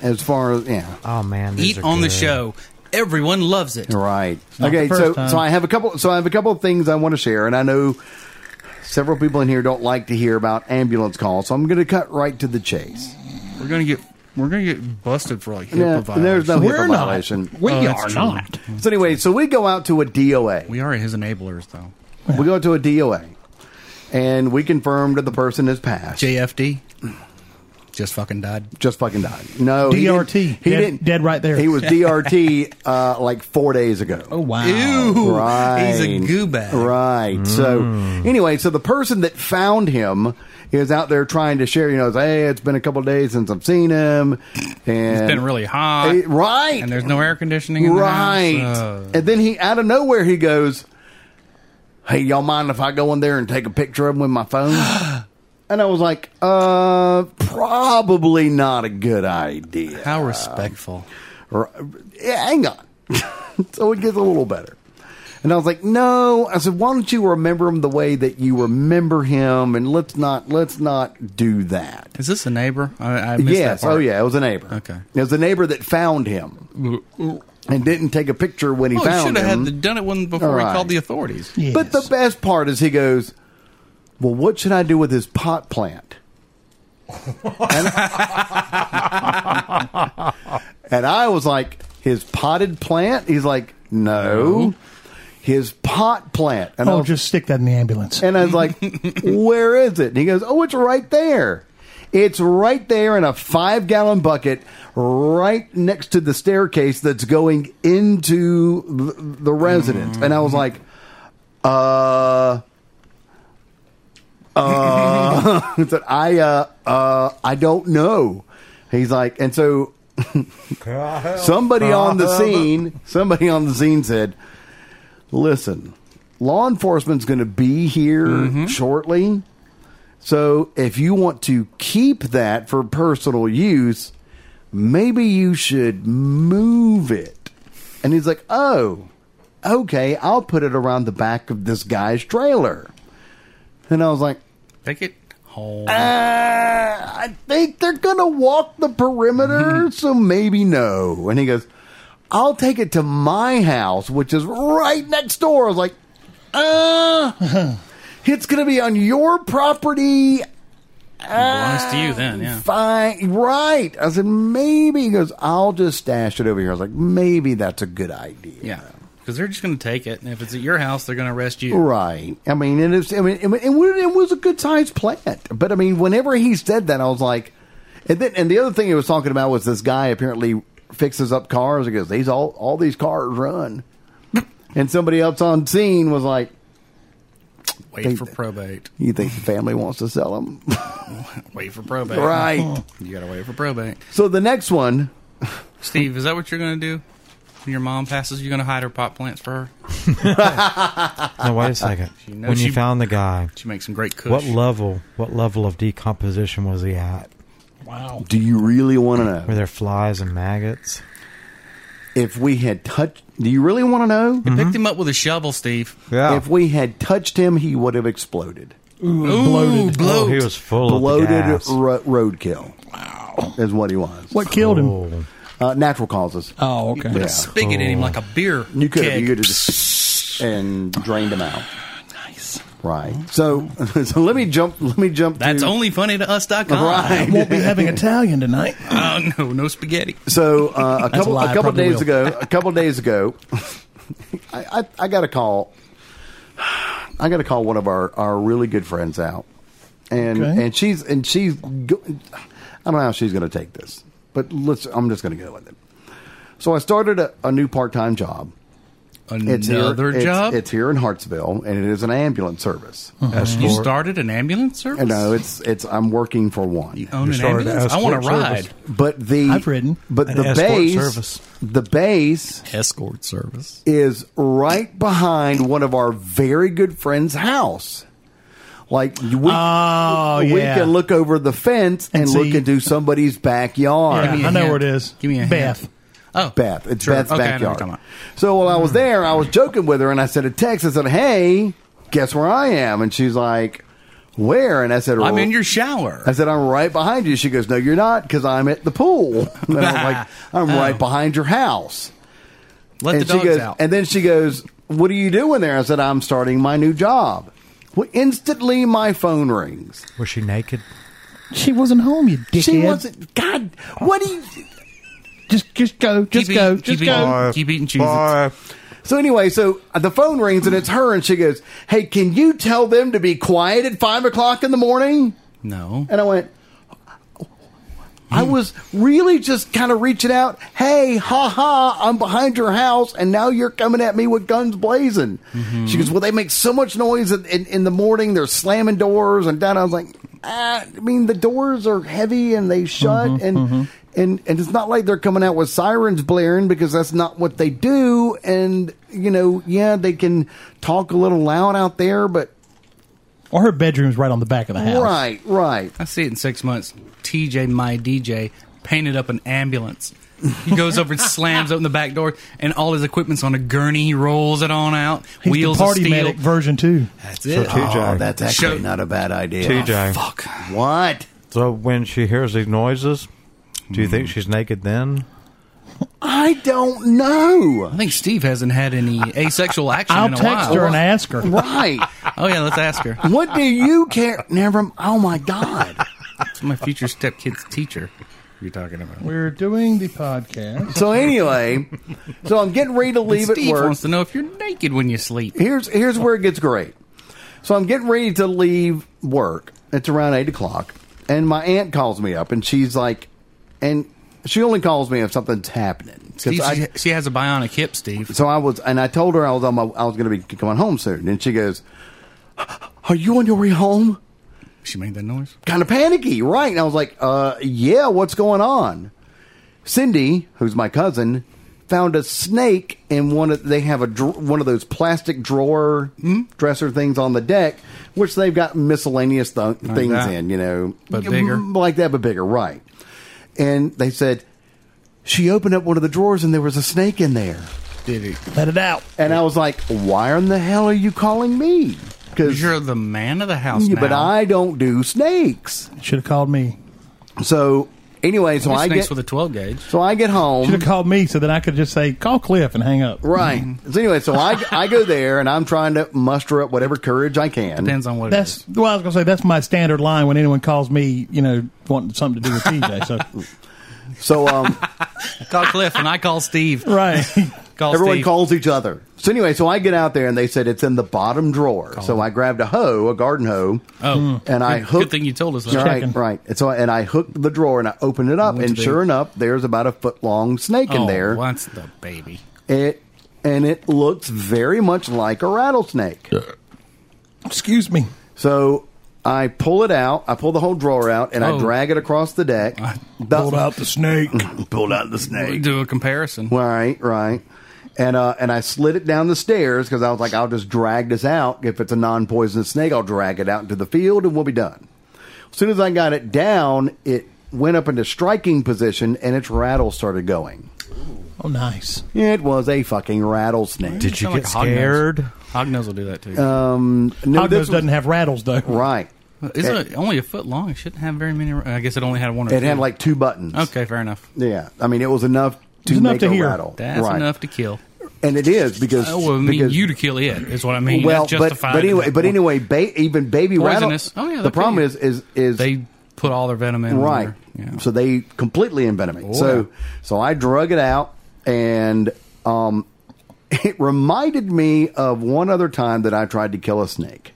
Speaker 4: As far as yeah,
Speaker 5: Oh man, these
Speaker 2: Eat
Speaker 5: are
Speaker 2: on the
Speaker 5: good.
Speaker 2: show. Everyone loves it.
Speaker 4: right.
Speaker 3: not
Speaker 4: Okay,
Speaker 3: the first
Speaker 4: so
Speaker 3: time.
Speaker 4: so I have a couple. So I have a couple of things I want to share, and I know several people in here don't like to hear about ambulance calls, so I'm going to cut right to the chase.
Speaker 2: We're gonna get we're gonna get busted for like HIPAA
Speaker 4: Yeah, there's no
Speaker 2: violation.
Speaker 4: HIPAA violation.
Speaker 3: We
Speaker 2: Oh, that's
Speaker 3: are
Speaker 2: true.
Speaker 3: not.
Speaker 4: So anyway, so we go out to a DOA.
Speaker 2: We are his enablers though.
Speaker 4: We go out to a DOA, and we confirm that the person has passed.
Speaker 2: JFD just fucking died.
Speaker 4: just fucking died. No, he
Speaker 3: DRT.
Speaker 4: didn't- He
Speaker 3: Dead-
Speaker 4: didn't
Speaker 3: dead right there.
Speaker 4: He was DRT uh, like four days ago.
Speaker 3: Oh, wow.
Speaker 2: Ew,
Speaker 4: Right.
Speaker 2: he's Mm. a goo bag.
Speaker 4: Right. So anyway, so the person that found him is out there trying to share. You know, hey, it's been a couple of days since I've seen him, and
Speaker 2: It's been really hot,
Speaker 4: Eh, right?
Speaker 2: And there's no air conditioning. In
Speaker 4: right.
Speaker 2: The house. Uh,
Speaker 4: and then he out of nowhere he goes, "Hey, y'all mind if I go in there and take a picture of him with my phone?" and I was like, "Uh, probably not a good idea."
Speaker 2: how respectful.
Speaker 4: Or- yeah, hang on. so it gets a little better. And I was like, no. I said, why don't you remember him the way that you remember him, and let's not let's not do that.
Speaker 2: Is this a neighbor? I, I missed
Speaker 4: Yes.
Speaker 2: that part.
Speaker 4: Oh yeah, it was a neighbor.
Speaker 2: Okay.
Speaker 4: It was a neighbor that found him and didn't take a picture when he
Speaker 2: Oh, he
Speaker 4: found
Speaker 2: should have
Speaker 4: him.
Speaker 2: had the, done it one before
Speaker 4: All
Speaker 2: he
Speaker 4: right.
Speaker 2: called the authorities.
Speaker 3: Yes.
Speaker 4: But the best part is he goes, Well, what should I do with this pot plant? and, and I was like, His potted plant? He's like, No, his pot plant. And, I,
Speaker 3: oh,
Speaker 4: was,
Speaker 3: just stick that in the ambulance.
Speaker 4: and I was like, Where is it? And he goes, Oh, it's right there. It's right there in a five gallon bucket right next to the staircase that's going into the, the residence. And I was like, uh, uh, I said, I, uh, uh, I don't know. He's like, and so somebody on the scene, somebody on the scene said, "Listen, law enforcement's going to be here shortly. So if you want to keep that for personal use, maybe you should move it." And he's like, "Oh, okay, I'll put it around the back of this guy's trailer." And I was like,
Speaker 2: Take it home.
Speaker 4: uh, I think they're going to walk the
Speaker 2: Mm-hmm.
Speaker 4: perimeter, so maybe no. And he goes, I'll take it to my house, which is right next door. I was like, uh, it's going to be on your property.
Speaker 2: belongs to you then, yeah.
Speaker 4: Fine. Right. I said, maybe. He goes, I'll just stash it over here. I was like, maybe that's a good idea.
Speaker 2: Yeah. Because they're just going to take it. And if it's at your house, they're going to arrest you.
Speaker 4: Right. I mean, and it's, I mean, it, it was- it was a good sized plant. But I mean, whenever he said that, I was like, and then and the other thing he was talking about was this guy apparently fixes up cars because these all all these cars run, and somebody else on scene was like,
Speaker 2: Wait
Speaker 4: They-
Speaker 2: for probate.
Speaker 4: "You think the family wants to sell them?"
Speaker 2: Wait for probate.
Speaker 4: right.
Speaker 2: You got to wait for probate.
Speaker 4: So the next one,
Speaker 2: Steve, is that what you're going to do? When your mom passes, you're going to hide her pot plants for her?
Speaker 5: Now, wait a second.
Speaker 2: knows
Speaker 5: when you
Speaker 2: she-
Speaker 5: found the guy,
Speaker 2: She makes some great kush.
Speaker 5: what level? What level of decomposition was he at?
Speaker 3: Wow.
Speaker 4: do you really want to know
Speaker 5: Were there flies and maggots?
Speaker 4: if we had touched? Do you really want to know
Speaker 2: Picked him up with a shovel, Steve.
Speaker 4: if we had touched him? He would have exploded.
Speaker 3: Ooh,
Speaker 2: Ooh,
Speaker 3: bloated.
Speaker 2: bloat.
Speaker 5: oh, he was full
Speaker 4: bloated
Speaker 5: of gas.
Speaker 4: ro- roadkill. Wow, is what he was.
Speaker 3: What killed him?
Speaker 5: Oh.
Speaker 4: Uh, natural causes.
Speaker 3: Oh,
Speaker 2: You put
Speaker 3: okay.
Speaker 2: a spigot in him like a beer.
Speaker 4: You could have,
Speaker 2: keg.
Speaker 4: you could have just and drained them out. Nice. Right. So so let me jump. Let me jump.
Speaker 2: That's
Speaker 4: to,
Speaker 2: only funny to us.com.
Speaker 4: right.
Speaker 3: Won't be having Italian tonight.
Speaker 2: Oh, no, no spaghetti.
Speaker 4: So uh, a couple
Speaker 3: a lie.
Speaker 4: a
Speaker 3: I
Speaker 4: couple
Speaker 3: probably
Speaker 4: days
Speaker 3: will.
Speaker 4: ago, a couple days ago, I, I I got a call. I got to call one of our, our really good friends out, and
Speaker 3: Okay.
Speaker 4: and she's and she's go, I don't know how she's going to take this, but let's I'm just going to go with it. So I started a, a new part time job. It's here-
Speaker 2: Another
Speaker 4: it's-
Speaker 2: job? Uh-huh.
Speaker 4: It's, here in Hartsville, and it is an ambulance service.
Speaker 2: you started an ambulance service?
Speaker 4: And no, it's it's I'm working for one.
Speaker 2: You own
Speaker 5: You
Speaker 2: an
Speaker 5: started
Speaker 2: ambulance? I
Speaker 5: escort
Speaker 2: want to ride.
Speaker 5: service.
Speaker 4: But the
Speaker 3: I've ridden.
Speaker 4: but
Speaker 5: An
Speaker 4: the
Speaker 5: escort
Speaker 4: base
Speaker 5: service.
Speaker 4: the base
Speaker 2: Escort service.
Speaker 4: is right behind one of our very good friends' house. Like we,
Speaker 3: Oh,
Speaker 4: we
Speaker 3: yeah.
Speaker 4: can look over the fence and,
Speaker 3: And
Speaker 4: look
Speaker 3: see-
Speaker 4: into somebody's backyard.
Speaker 3: Yeah,
Speaker 2: me a
Speaker 3: I know
Speaker 2: hand.
Speaker 3: where it is.
Speaker 2: Give me a
Speaker 3: Beth.
Speaker 2: hand. Oh.
Speaker 4: Beth. It's
Speaker 2: Sure.
Speaker 4: Beth's
Speaker 2: Okay, I know what you're talking
Speaker 4: backyard.
Speaker 2: about. Hmm.
Speaker 4: So while I was there, I was joking with her and I said a text. I said, "Hey, guess where I am?" And she's like, "Where?" And I said,
Speaker 2: I'm
Speaker 4: "Well,
Speaker 2: in your shower.
Speaker 4: I said, I'm right behind you. She goes, No, you're not, because I'm at the pool. And I'm like, I'm right behind your house.
Speaker 2: Oh. Let the
Speaker 4: and she
Speaker 2: dogs
Speaker 4: goes,
Speaker 2: out.
Speaker 4: and then she goes, What are you doing there? I said, I'm starting my new job. Well, instantly my phone rings.
Speaker 5: Was she naked?
Speaker 3: She wasn't home, you dickhead.
Speaker 4: She wasn't God what do you
Speaker 3: Just, just go. Just
Speaker 2: keep
Speaker 3: go.
Speaker 2: eating,
Speaker 3: just
Speaker 2: keep
Speaker 3: go.
Speaker 2: Eating, keep eating cheese.
Speaker 4: So anyway, so uh, the phone rings and it's her and she goes, Hey, can you tell them to be quiet at five o'clock in the morning?
Speaker 2: No.
Speaker 4: And I went, I was really just kind of reaching out. Hey, ha ha, I'm behind your house, and now you're coming at me with guns blazing. She goes, Well, they make so much noise in, in, in the morning. They're slamming doors and down. I was like, ah, I mean, the doors are heavy and they shut, and, and and it's not like they're coming out with sirens blaring because that's not what they do. And you know, yeah, they can talk a little loud out there, but
Speaker 3: Or her bedroom's right on the back of the house.
Speaker 4: right, right.
Speaker 2: I see it in six months. TJ, my DJ, painted up an ambulance. He goes over and slams open the back door, and all his equipment's on a gurney. He rolls it on out.
Speaker 3: He's
Speaker 2: wheels
Speaker 3: the party
Speaker 2: of steel.
Speaker 3: medic version two.
Speaker 2: That's it.
Speaker 5: two- TJ.
Speaker 4: Oh, that's actually
Speaker 2: Show-
Speaker 4: not a bad idea.
Speaker 5: TJ.
Speaker 2: Fuck.
Speaker 4: What?
Speaker 5: So when she hears these noises, do you
Speaker 4: Hmm.
Speaker 5: think she's naked then?
Speaker 4: I don't know.
Speaker 2: I think Steve hasn't had any asexual action
Speaker 3: I'll
Speaker 2: in a
Speaker 3: text
Speaker 2: while.
Speaker 3: her and ask her.
Speaker 4: Right.
Speaker 2: Oh yeah, let's ask her.
Speaker 4: what do you care? Never. Oh my God.
Speaker 2: It's my future stepkid's teacher. You're talking about.
Speaker 3: We're doing the podcast.
Speaker 4: So anyway, so I'm getting ready to leave at
Speaker 2: Steve
Speaker 4: work.
Speaker 2: wants to know if you're naked when you sleep.
Speaker 4: here's here's where it gets great. So I'm getting ready to leave work. It's around eight o'clock, and my aunt calls me up, and she's like, and she only calls me if something's happening. 'Cause
Speaker 2: Steve,
Speaker 4: I-
Speaker 2: she, she has a bionic hip, Steve.
Speaker 4: So I was, and I told her I was on my, I was going to be coming home soon, and she goes, "Are you on your way home?"
Speaker 2: She made that noise.
Speaker 4: kind of panicky, right? And I was like, uh, yeah, what's going on? Cindy, who's my cousin, found a snake in one of they have a dr- one of those plastic drawer
Speaker 2: Hmm?
Speaker 4: dresser things on the deck, which they've got miscellaneous th- things
Speaker 2: that.
Speaker 4: in, you know,
Speaker 2: But bigger.
Speaker 4: like that, but bigger, right? And they said she opened up one of the drawers and there was a snake in there,
Speaker 2: Did it?
Speaker 3: Let it out.
Speaker 4: and I was like, "Why in the hell are you calling me?" Because
Speaker 2: You're the man of the house now.
Speaker 4: but I don't do snakes.
Speaker 3: Should have called me.
Speaker 4: So anyway, so
Speaker 2: These
Speaker 4: I
Speaker 2: snakes
Speaker 4: get
Speaker 2: with a 12 gauge.
Speaker 4: so I get home.
Speaker 3: Should have called me so that I could just say, call Cliff and hang up.
Speaker 4: Right. So anyway, so I, I go there and I'm trying to muster up whatever courage I can.
Speaker 2: Depends on what it
Speaker 3: That's
Speaker 2: is.
Speaker 3: well, I was gonna say that's my standard line when anyone calls me, you know, wanting something to do with TJ. So
Speaker 4: So um,
Speaker 2: Call Cliff and I call Steve.
Speaker 3: right,
Speaker 2: Call
Speaker 4: everyone
Speaker 2: Steve.
Speaker 4: calls each other. So anyway, so I get out there and they said it's in the bottom drawer. So I grabbed a hoe, a garden hoe,
Speaker 2: Oh,
Speaker 4: and I hooked.
Speaker 2: good thing you told us that.
Speaker 4: Right,
Speaker 3: Checking.
Speaker 4: right. And so and I hooked the drawer and I opened it up,
Speaker 2: What's
Speaker 4: and
Speaker 2: the-
Speaker 4: sure enough, there's about a foot long snake in
Speaker 2: oh,
Speaker 4: there.
Speaker 2: What's the baby?
Speaker 4: It and it looks very much like a rattlesnake.
Speaker 3: excuse me.
Speaker 4: So I pull it out. I pull the whole drawer out and I
Speaker 2: Oh.
Speaker 4: drag it across the deck. The-
Speaker 3: Pulled out the snake.
Speaker 4: pulled out the snake.
Speaker 2: Do a comparison.
Speaker 4: Right, right. And uh, and I slid it down the stairs because I was like, I'll just drag this out. If it's a non poisonous snake, I'll drag it out into the field and we'll be done. As soon as I got it down, it went up into striking position and its rattle started going.
Speaker 3: Oh, nice.
Speaker 4: It was a fucking rattlesnake.
Speaker 5: Did you
Speaker 2: Sound
Speaker 5: get
Speaker 2: like Hognose.
Speaker 5: scared?
Speaker 2: Hognose will do that too.
Speaker 4: Uh, No,
Speaker 3: Hognose
Speaker 4: Um, this was-
Speaker 3: doesn't have rattles though.
Speaker 4: right.
Speaker 2: it's a- only a foot long. It shouldn't have very many. I guess it only had one or
Speaker 4: It
Speaker 2: two.
Speaker 4: had like two buttons.
Speaker 2: Okay, fair enough.
Speaker 4: Yeah. I mean, it was enough to
Speaker 3: It's enough
Speaker 4: make
Speaker 3: to
Speaker 4: a
Speaker 3: hear.
Speaker 4: rattle.
Speaker 2: That's
Speaker 4: right.
Speaker 2: enough to kill.
Speaker 4: And it is because
Speaker 2: Oh, well, I mean,
Speaker 4: because
Speaker 2: you to kill it is what I mean.
Speaker 4: well,
Speaker 2: That's
Speaker 4: but
Speaker 2: justified
Speaker 4: but
Speaker 2: in
Speaker 4: anyway,
Speaker 2: that
Speaker 4: but
Speaker 2: one.
Speaker 4: anyway, ba- even baby
Speaker 2: Poisonous.
Speaker 4: rattles.
Speaker 2: Oh, yeah, they'll
Speaker 4: the problem
Speaker 2: kill you.
Speaker 4: is is is
Speaker 2: they put all their venom in.
Speaker 4: right.
Speaker 2: there. Yeah. Oh,
Speaker 4: So they completely envenom it. So so I drug it out, and um, it reminded me of one other time that I tried to kill a snake.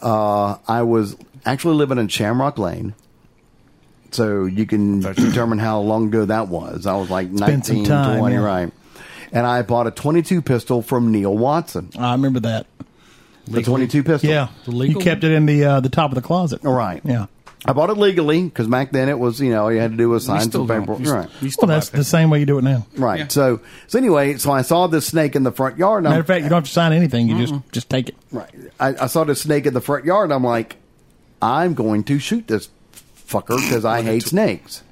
Speaker 4: Uh, I was actually living in Shamrock Lane. So you can determine how long ago that was. I was like
Speaker 3: been some
Speaker 4: nineteen, twenty,
Speaker 3: time, yeah.
Speaker 4: right. And I bought a 22 pistol from Neil Watson.
Speaker 3: I remember that.
Speaker 4: The 22 pistol.
Speaker 3: Yeah,
Speaker 2: The legal
Speaker 3: you kept it in the uh, the top of the closet.
Speaker 4: All right.
Speaker 3: Yeah.
Speaker 4: I bought it legally because back then it was, you know, all you had to do was
Speaker 2: You
Speaker 4: sign
Speaker 2: still
Speaker 4: some
Speaker 2: don't.
Speaker 4: paperwork.
Speaker 2: You,
Speaker 4: Right.
Speaker 2: you still
Speaker 3: Well, that's
Speaker 2: have
Speaker 3: the
Speaker 2: to.
Speaker 3: same way you do it now.
Speaker 4: Right.
Speaker 2: Yeah.
Speaker 4: So, so anyway, so I saw this snake in the front yard. And
Speaker 3: Matter
Speaker 4: I'm,
Speaker 3: of fact, you don't have to sign anything. You just just take it.
Speaker 4: right. I, I saw this snake in the front yard. And I'm like, I'm going to shoot this fucker because I hate snakes.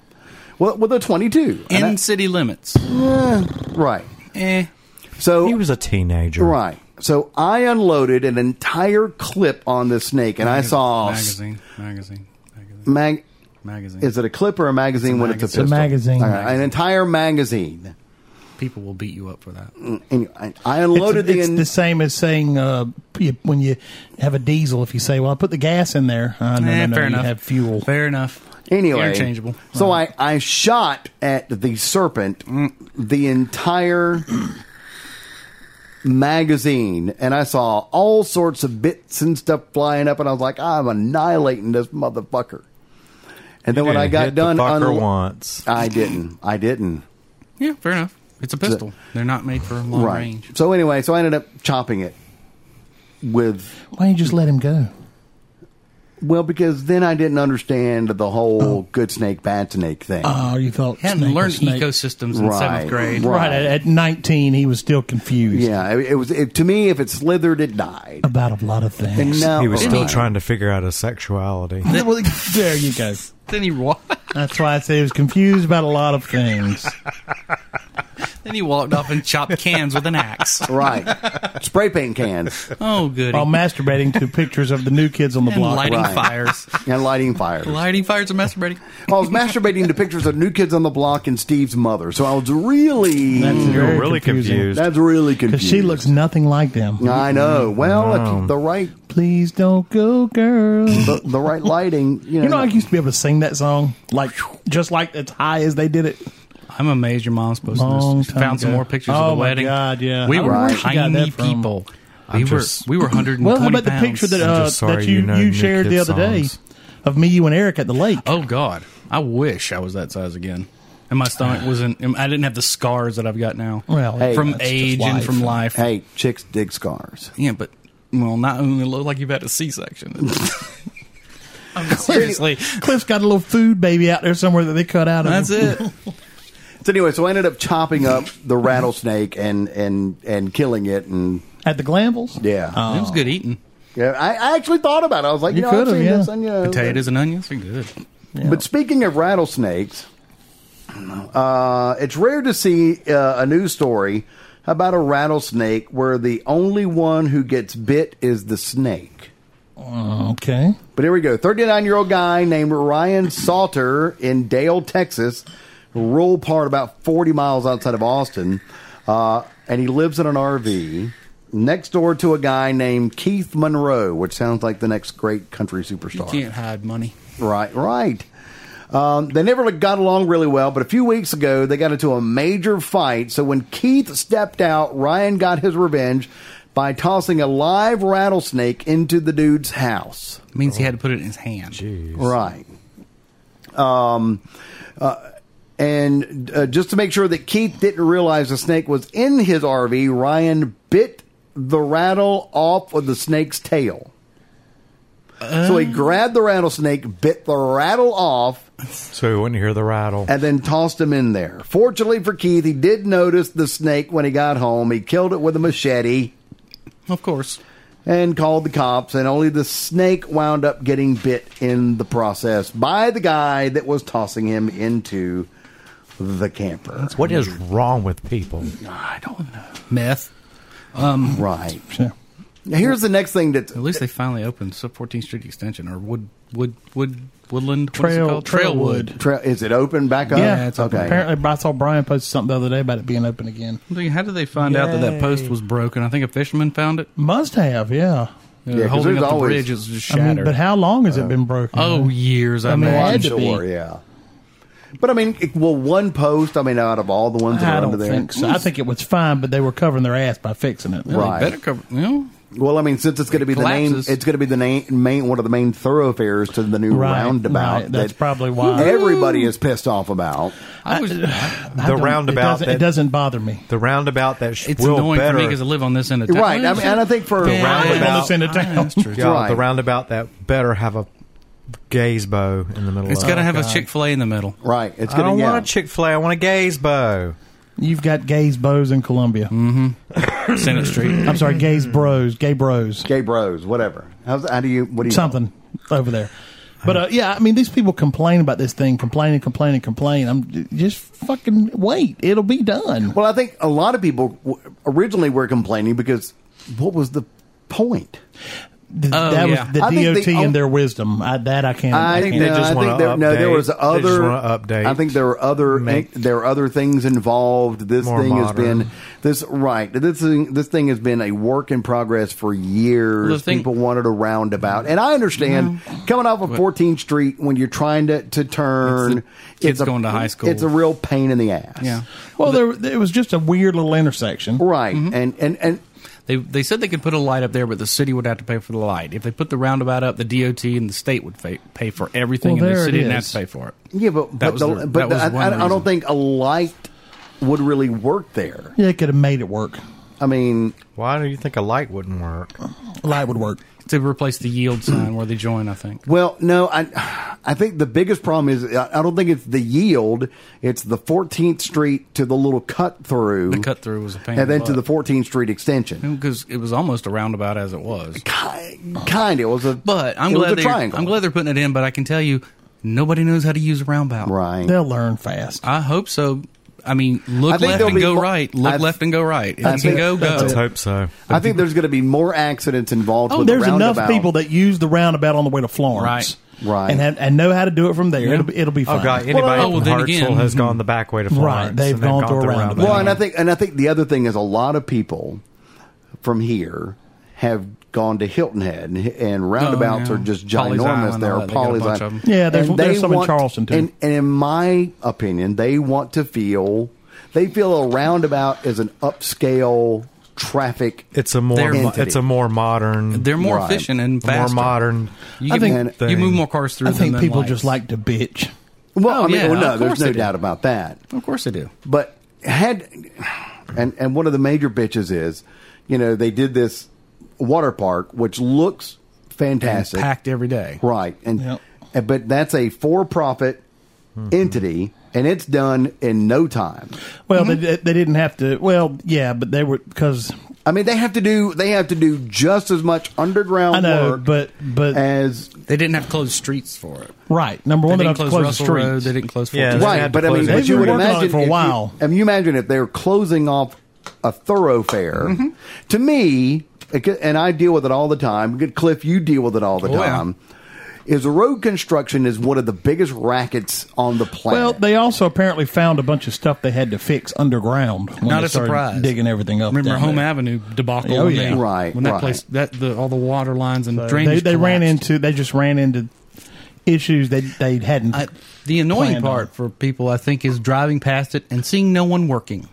Speaker 4: Well, with a 22. And
Speaker 2: in
Speaker 4: I-
Speaker 2: city limits.
Speaker 4: right.
Speaker 2: Eh.
Speaker 4: So
Speaker 5: He was a teenager.
Speaker 4: right. So I unloaded an entire clip on this snake, and I saw
Speaker 2: magazine, magazine, magazine,
Speaker 4: mag.
Speaker 2: magazine.
Speaker 4: Is it a clip or a magazine when it's a pistol?
Speaker 3: magazine. It's a magazine.
Speaker 4: All right, an entire magazine.
Speaker 2: People will beat you up for that.
Speaker 4: Anyway, I, I
Speaker 3: It's,
Speaker 4: unloaded
Speaker 3: it's
Speaker 4: the. en-
Speaker 3: the same as saying uh, you- when you have a diesel, if you say, "Well, I put the gas in there," uh, no,
Speaker 2: Eh,
Speaker 3: no, no,
Speaker 2: fair
Speaker 3: you
Speaker 2: enough.
Speaker 3: have fuel.
Speaker 2: Fair enough.
Speaker 4: Anyway,
Speaker 2: interchangeable.
Speaker 4: So I, I shot at the serpent mm, the entire magazine, and I saw all sorts of bits and stuff flying up, and I was like, I'm annihilating this motherfucker. And then when I
Speaker 5: And
Speaker 4: got
Speaker 5: hit
Speaker 4: done,
Speaker 5: the fucker
Speaker 4: unlo-
Speaker 5: once.
Speaker 4: I didn't. I didn't.
Speaker 2: yeah, fair enough. It's a pistol. They're not made for long
Speaker 4: Right.
Speaker 2: range.
Speaker 4: So anyway, so I ended up chopping it with.
Speaker 3: Why don't you just let him go?
Speaker 4: Well, because then I didn't understand the whole good snake, bad snake thing.
Speaker 3: Oh, you thought
Speaker 2: Hadn't
Speaker 3: snake was
Speaker 2: learned
Speaker 3: snake.
Speaker 2: ecosystems in
Speaker 4: Right.
Speaker 2: seventh grade.
Speaker 4: Right.
Speaker 3: Right at, at nineteen, he was still confused
Speaker 4: yeah, it, it was it, to me. If it slithered, it died.
Speaker 3: about a lot of things.
Speaker 4: And now
Speaker 5: He was
Speaker 2: Didn't
Speaker 5: still
Speaker 2: he-
Speaker 5: trying to figure out his sexuality.
Speaker 3: Well, there you go.
Speaker 2: Then he walked.
Speaker 3: That's why I say he was confused about a lot of things.
Speaker 2: Then he walked off and chopped cans with an axe.
Speaker 4: Right. Spray paint cans
Speaker 2: Oh, goody.
Speaker 3: While masturbating to pictures of the new kids on the
Speaker 2: and
Speaker 3: block.
Speaker 2: lighting
Speaker 4: right.
Speaker 2: fires.
Speaker 4: and lighting fires.
Speaker 2: lighting fires and masturbating.
Speaker 4: I was masturbating to pictures of new kids on the block and Steve's mother, so I was really that's,
Speaker 5: You
Speaker 3: Very
Speaker 5: were really
Speaker 3: confusing.
Speaker 5: confused.
Speaker 4: really
Speaker 3: Because
Speaker 4: confused.
Speaker 3: she looks nothing like them.
Speaker 4: I know. Well, if you- the right
Speaker 3: Please don't go, girl.
Speaker 4: the, the right lighting, you know.
Speaker 3: You know, I used to be able to sing that song, like just like as high as they did it.
Speaker 2: I'm amazed your mom's posting
Speaker 3: Long
Speaker 2: this.
Speaker 3: time
Speaker 2: Found some
Speaker 3: ago.
Speaker 2: more pictures
Speaker 3: Oh,
Speaker 2: of the
Speaker 3: my
Speaker 2: wedding.
Speaker 3: God, yeah.
Speaker 2: we
Speaker 3: I
Speaker 2: were
Speaker 3: wonder where she got
Speaker 2: tiny
Speaker 3: that from.
Speaker 2: people. We were
Speaker 5: just-
Speaker 2: we were 120
Speaker 3: Well, how about
Speaker 2: pounds.
Speaker 3: the picture that
Speaker 5: I'm
Speaker 3: uh,
Speaker 5: just sorry
Speaker 3: that
Speaker 5: you
Speaker 3: you
Speaker 5: know
Speaker 3: you
Speaker 5: new
Speaker 3: shared the
Speaker 5: kid
Speaker 3: other day
Speaker 5: songs.
Speaker 3: of me, you, and Eric at the lake?
Speaker 2: Oh God, I wish I was that size again. And my stomach wasn't. I didn't have the scars that I've got now.
Speaker 3: Well, Hey,
Speaker 2: from
Speaker 3: that's just
Speaker 2: age and
Speaker 3: life.
Speaker 2: from life.
Speaker 4: hey, chicks dig scars.
Speaker 2: Yeah, but well, not only look like you've had a C-section. I'm seriously,
Speaker 3: Cliff's got a little food baby out there somewhere that they cut out. Of
Speaker 2: that's
Speaker 3: him.
Speaker 2: it.
Speaker 4: So anyway, so I ended up chopping up the rattlesnake and and and killing it, and
Speaker 3: At the Glanville's?
Speaker 4: yeah,
Speaker 2: It was good eating.
Speaker 4: yeah. I, I actually thought about it. I was like,
Speaker 3: Uh. You
Speaker 4: you, know, I've
Speaker 3: could've,
Speaker 4: seen
Speaker 3: yeah.
Speaker 4: this on, you know,
Speaker 2: Potatoes and onions are good.
Speaker 4: But speaking of rattlesnakes, uh, it's rare to see uh, a news story about a rattlesnake where the only one who gets bit is the snake.
Speaker 3: Okay.
Speaker 4: But here we go. 39 year old guy named Ryan Salter in Dale, Texas, rural part about 40 miles outside of Austin. Uh, and he lives in an RV next door to a guy named Keith Monroe, which sounds like the next great country superstar.
Speaker 2: Can't hide money.
Speaker 4: Right, right. Um, they never got along really well, but a few weeks ago they got into a major fight. So when Keith stepped out, Ryan got his revenge by tossing a live rattlesnake into the dude's house.
Speaker 2: means he had to put it in his hand.
Speaker 4: Right. Um, uh, and uh, just to make sure that Keith didn't realize the snake was in his RV, Ryan bit the rattle off of the snake's tail. so he grabbed the rattlesnake, bit the rattle off,
Speaker 5: So you wouldn't hear the rattle.
Speaker 4: and then tossed him in there. Fortunately for Keith, he did notice the snake when he got home. He killed it with a machete
Speaker 2: Of course.
Speaker 4: and called the cops, and only the snake wound up getting bit in the process by the guy that was tossing him into the camper.
Speaker 5: What is wrong with people?
Speaker 4: I don't know.
Speaker 2: Meth.
Speaker 4: Right.
Speaker 3: Sure.
Speaker 4: Now, here's the next thing that
Speaker 2: At least they finally opened Sub 14th Street Extension or Wood Wood Wood Woodland what is it
Speaker 3: Trail,
Speaker 2: called? Trailwood.
Speaker 3: Trailwood.
Speaker 4: tra- is it open back up?
Speaker 3: Yeah,
Speaker 2: it's open.
Speaker 4: okay.
Speaker 3: Apparently, I saw Brian posted something the other day about it being open again.
Speaker 2: I'm thinking, How did they find out that that post was broken? I think a fisherman found it.
Speaker 3: Must have, yeah.
Speaker 2: Yeah,
Speaker 4: 'cause
Speaker 2: holding
Speaker 4: there's
Speaker 2: up the
Speaker 4: always-
Speaker 2: bridge, it was just
Speaker 3: I mean,
Speaker 2: shattered.
Speaker 3: but how long has it been broken?
Speaker 2: oh, years, I,
Speaker 3: mean,
Speaker 2: imagine.
Speaker 3: had to
Speaker 4: sure,
Speaker 3: be.
Speaker 4: yeah. But I mean, it, well, one post. I mean, out of all the ones that
Speaker 3: I
Speaker 4: are under
Speaker 3: don't
Speaker 4: there,
Speaker 3: think so. I think it was fine, but they were covering their ass by fixing it.
Speaker 2: They
Speaker 4: Right.
Speaker 2: better cover. You know,
Speaker 4: Well, I mean, since it's going to be the
Speaker 2: collapses.
Speaker 4: name, it's going to be the name, main one of the main thoroughfares to the new
Speaker 3: Right,
Speaker 4: roundabout.
Speaker 3: right. That's probably why.
Speaker 4: everybody is pissed off about.
Speaker 2: I was.
Speaker 3: I
Speaker 5: The
Speaker 3: don't-
Speaker 5: roundabout
Speaker 3: It doesn't,
Speaker 5: that-
Speaker 3: it doesn't bother me.
Speaker 5: The roundabout that sh-
Speaker 2: it's
Speaker 5: will
Speaker 2: annoying
Speaker 5: better.
Speaker 2: for me because I live on this end of town.
Speaker 4: Right. I mean, and I think for
Speaker 2: Yeah.
Speaker 5: roundabout-
Speaker 3: I live on this end of
Speaker 2: Ah,
Speaker 3: town.
Speaker 2: that's true.
Speaker 5: Yeah,
Speaker 4: Right.
Speaker 5: the roundabout that better have a gaze bow in the middle.
Speaker 2: It's
Speaker 5: of
Speaker 2: got to
Speaker 5: it.
Speaker 2: have a Chick Fil A in the middle.
Speaker 4: right, it's
Speaker 5: I
Speaker 4: going
Speaker 5: don't
Speaker 4: to
Speaker 5: want a Chick Fil A. I want a gaze bow.
Speaker 3: You've got gays bows in Columbia.
Speaker 2: Senate Street.
Speaker 3: I'm sorry, gays bros, gay bros,
Speaker 4: gay bros, whatever. How's, how do you? What do you?
Speaker 3: something over there. But uh, yeah, I mean, these people complain about this thing, complain and complain and complain. I'm just fucking wait; it'll be done.
Speaker 4: Well, I think a lot of people w- originally were complaining because what was the point?
Speaker 3: Th-
Speaker 2: Oh,
Speaker 3: that
Speaker 2: yeah.
Speaker 3: was the
Speaker 4: I think
Speaker 3: DOT
Speaker 4: they-
Speaker 3: and their wisdom. I, that I can't. I,
Speaker 5: think
Speaker 3: can't-
Speaker 5: they just
Speaker 4: I
Speaker 5: wanna
Speaker 4: think there, no, there
Speaker 5: update.
Speaker 4: was
Speaker 5: They just
Speaker 4: other.
Speaker 5: wanna update.
Speaker 4: I think there were other.
Speaker 5: Make-
Speaker 4: there were other things involved. This
Speaker 5: More
Speaker 4: thing has
Speaker 5: modern.
Speaker 4: been this right. This thing, this thing has been a work in progress for years.
Speaker 2: The thing-
Speaker 4: People wanted a roundabout, and I understand coming off of 14th Street when you're trying to to
Speaker 2: It's
Speaker 4: turn.
Speaker 2: the kids going to high school.
Speaker 4: It's a real pain in the ass.
Speaker 2: Yeah.
Speaker 3: well, there it was just a weird little intersection.
Speaker 4: Right,
Speaker 2: Mm-hmm.
Speaker 4: and and and
Speaker 2: They they said they could put a light up there, but the city would have to pay for the light. If they put the roundabout up, the DOT and the state would fa- pay for everything,
Speaker 3: Well,
Speaker 2: and the
Speaker 3: there
Speaker 2: city
Speaker 3: it
Speaker 2: didn't have
Speaker 3: is.
Speaker 2: to pay for it.
Speaker 4: Yeah, but
Speaker 2: That
Speaker 4: but,
Speaker 2: was
Speaker 4: the,
Speaker 2: the-
Speaker 4: but
Speaker 2: that was
Speaker 4: I,
Speaker 2: one
Speaker 4: I, I don't
Speaker 2: reason.
Speaker 4: think a light would really work there.
Speaker 3: Yeah, they could have made it work.
Speaker 4: I mean,
Speaker 5: Why do you think a light wouldn't work?
Speaker 3: Light would work.
Speaker 2: to replace the yield sign where they join. I think.
Speaker 4: well, no, I I think the biggest problem is I I don't think it's the yield. It's the 14th Street to the little cut through,
Speaker 2: The cut through was a pain.
Speaker 4: and then to the 14th Street extension.
Speaker 2: because it was almost a roundabout as it was.
Speaker 4: Kind of was a
Speaker 2: But I'm
Speaker 4: it was
Speaker 2: glad
Speaker 4: a
Speaker 2: they
Speaker 4: triangle.
Speaker 2: I'm glad they're putting it in. But I can tell you, nobody knows how to use a roundabout.
Speaker 4: right.
Speaker 3: They'll learn fast.
Speaker 2: I hope so. I mean,
Speaker 4: I
Speaker 2: look
Speaker 4: think
Speaker 2: left
Speaker 4: they'll
Speaker 2: and
Speaker 4: be
Speaker 2: go
Speaker 4: mo-
Speaker 2: right. Look
Speaker 4: I-
Speaker 2: left and go right. If
Speaker 4: I
Speaker 2: you can
Speaker 4: think
Speaker 2: go,
Speaker 4: that's
Speaker 2: go.
Speaker 5: Let's hope so.
Speaker 4: I think there's going to be more accidents involved.
Speaker 2: Oh,
Speaker 4: with
Speaker 3: There's
Speaker 4: the
Speaker 3: enough
Speaker 4: roundabout.
Speaker 3: people that use the roundabout on the way to Florence,
Speaker 4: Right. Right.
Speaker 3: and have, and know how to do it from there. It'll, be- it'll be fine.
Speaker 5: Oh God! Anybody
Speaker 2: well,
Speaker 5: from
Speaker 2: then
Speaker 5: Hartsville
Speaker 2: again-
Speaker 5: has gone the back way to Florence.
Speaker 3: they've
Speaker 5: and
Speaker 3: gone through a roundabout.
Speaker 4: Well, and I think and I think the other thing is a lot of people from here have gone to Hilton Head, and, and roundabouts
Speaker 2: Oh, yeah.
Speaker 4: are just
Speaker 2: Polly's
Speaker 4: ginormous
Speaker 2: Island,
Speaker 4: there.
Speaker 2: all
Speaker 4: Or
Speaker 2: that. They got a
Speaker 4: Polly's
Speaker 2: bunch
Speaker 4: Island.
Speaker 2: of 'em.
Speaker 3: Yeah, there's-
Speaker 4: And
Speaker 3: there's
Speaker 4: they
Speaker 3: some in
Speaker 4: want-
Speaker 3: Charleston, too.
Speaker 4: And, and in my opinion, they want to feel they feel a roundabout is an upscale traffic.
Speaker 5: it's a more
Speaker 2: They're-
Speaker 5: mo- it's a more modern.
Speaker 2: They're more
Speaker 4: Right.
Speaker 2: efficient and
Speaker 5: a more
Speaker 2: faster.
Speaker 5: modern.
Speaker 2: You,
Speaker 3: I
Speaker 2: can-
Speaker 3: think-
Speaker 2: you move more cars through.
Speaker 3: I think
Speaker 2: than
Speaker 3: people
Speaker 2: lights.
Speaker 3: just like to bitch.
Speaker 4: Well,
Speaker 2: Oh,
Speaker 4: I mean,
Speaker 2: yeah,
Speaker 4: well, no,
Speaker 2: of
Speaker 4: there's
Speaker 2: course
Speaker 4: no
Speaker 2: they do.
Speaker 4: doubt about that.
Speaker 2: Of course they do.
Speaker 4: but had and and one of the major bitches is you know they did this water park which looks fantastic
Speaker 2: Packed every day.
Speaker 4: right and
Speaker 3: Yep. Hmm.
Speaker 4: and- but that's a for-profit entity and it's done in no time.
Speaker 3: Well,
Speaker 4: Mm-hmm.
Speaker 3: they, they didn't have to. Well, yeah, but they were because
Speaker 4: I mean, they have to do they have to do just as much underground
Speaker 3: I know,
Speaker 4: work,
Speaker 3: but but
Speaker 4: as
Speaker 2: They didn't have to close streets for it.
Speaker 3: right number one,
Speaker 2: They
Speaker 3: they
Speaker 2: didn't
Speaker 3: don't have to
Speaker 2: close,
Speaker 3: close the
Speaker 2: Russell
Speaker 3: streets.
Speaker 2: Road. They didn't close.
Speaker 5: Yeah,
Speaker 2: 14th.
Speaker 5: they
Speaker 4: right.
Speaker 5: had to
Speaker 4: But I
Speaker 5: close
Speaker 4: mean,
Speaker 5: it.
Speaker 4: but
Speaker 3: They've
Speaker 4: you
Speaker 3: been
Speaker 4: would
Speaker 3: working on it
Speaker 4: imagine
Speaker 3: for a
Speaker 4: if you-
Speaker 3: while.
Speaker 4: I mean, you imagine if they're closing off a thoroughfare.
Speaker 3: Mm-hmm.
Speaker 4: To me, it could- and I deal with it all the time. Good Cliff, you deal with it all the
Speaker 2: Oh, yeah.
Speaker 4: time. Is road construction is one of the biggest rackets on the planet.
Speaker 3: Well, they also apparently found a bunch of stuff they had to fix underground. When
Speaker 2: Not
Speaker 3: they
Speaker 2: a
Speaker 3: started
Speaker 2: surprise.
Speaker 3: Digging everything up.
Speaker 2: Remember
Speaker 3: down
Speaker 2: Home
Speaker 3: there.
Speaker 2: Avenue debacle?
Speaker 3: Oh,
Speaker 2: when
Speaker 3: yeah.
Speaker 2: they-
Speaker 4: Right,
Speaker 2: When that
Speaker 4: right.
Speaker 2: place that the all the water lines and
Speaker 3: They,
Speaker 2: drainage.
Speaker 3: they ran
Speaker 2: collapsed.
Speaker 3: into. They just ran into issues they they hadn't.
Speaker 2: I, the annoying
Speaker 3: planned on.
Speaker 2: part for people, I think, is driving past it and seeing no one working.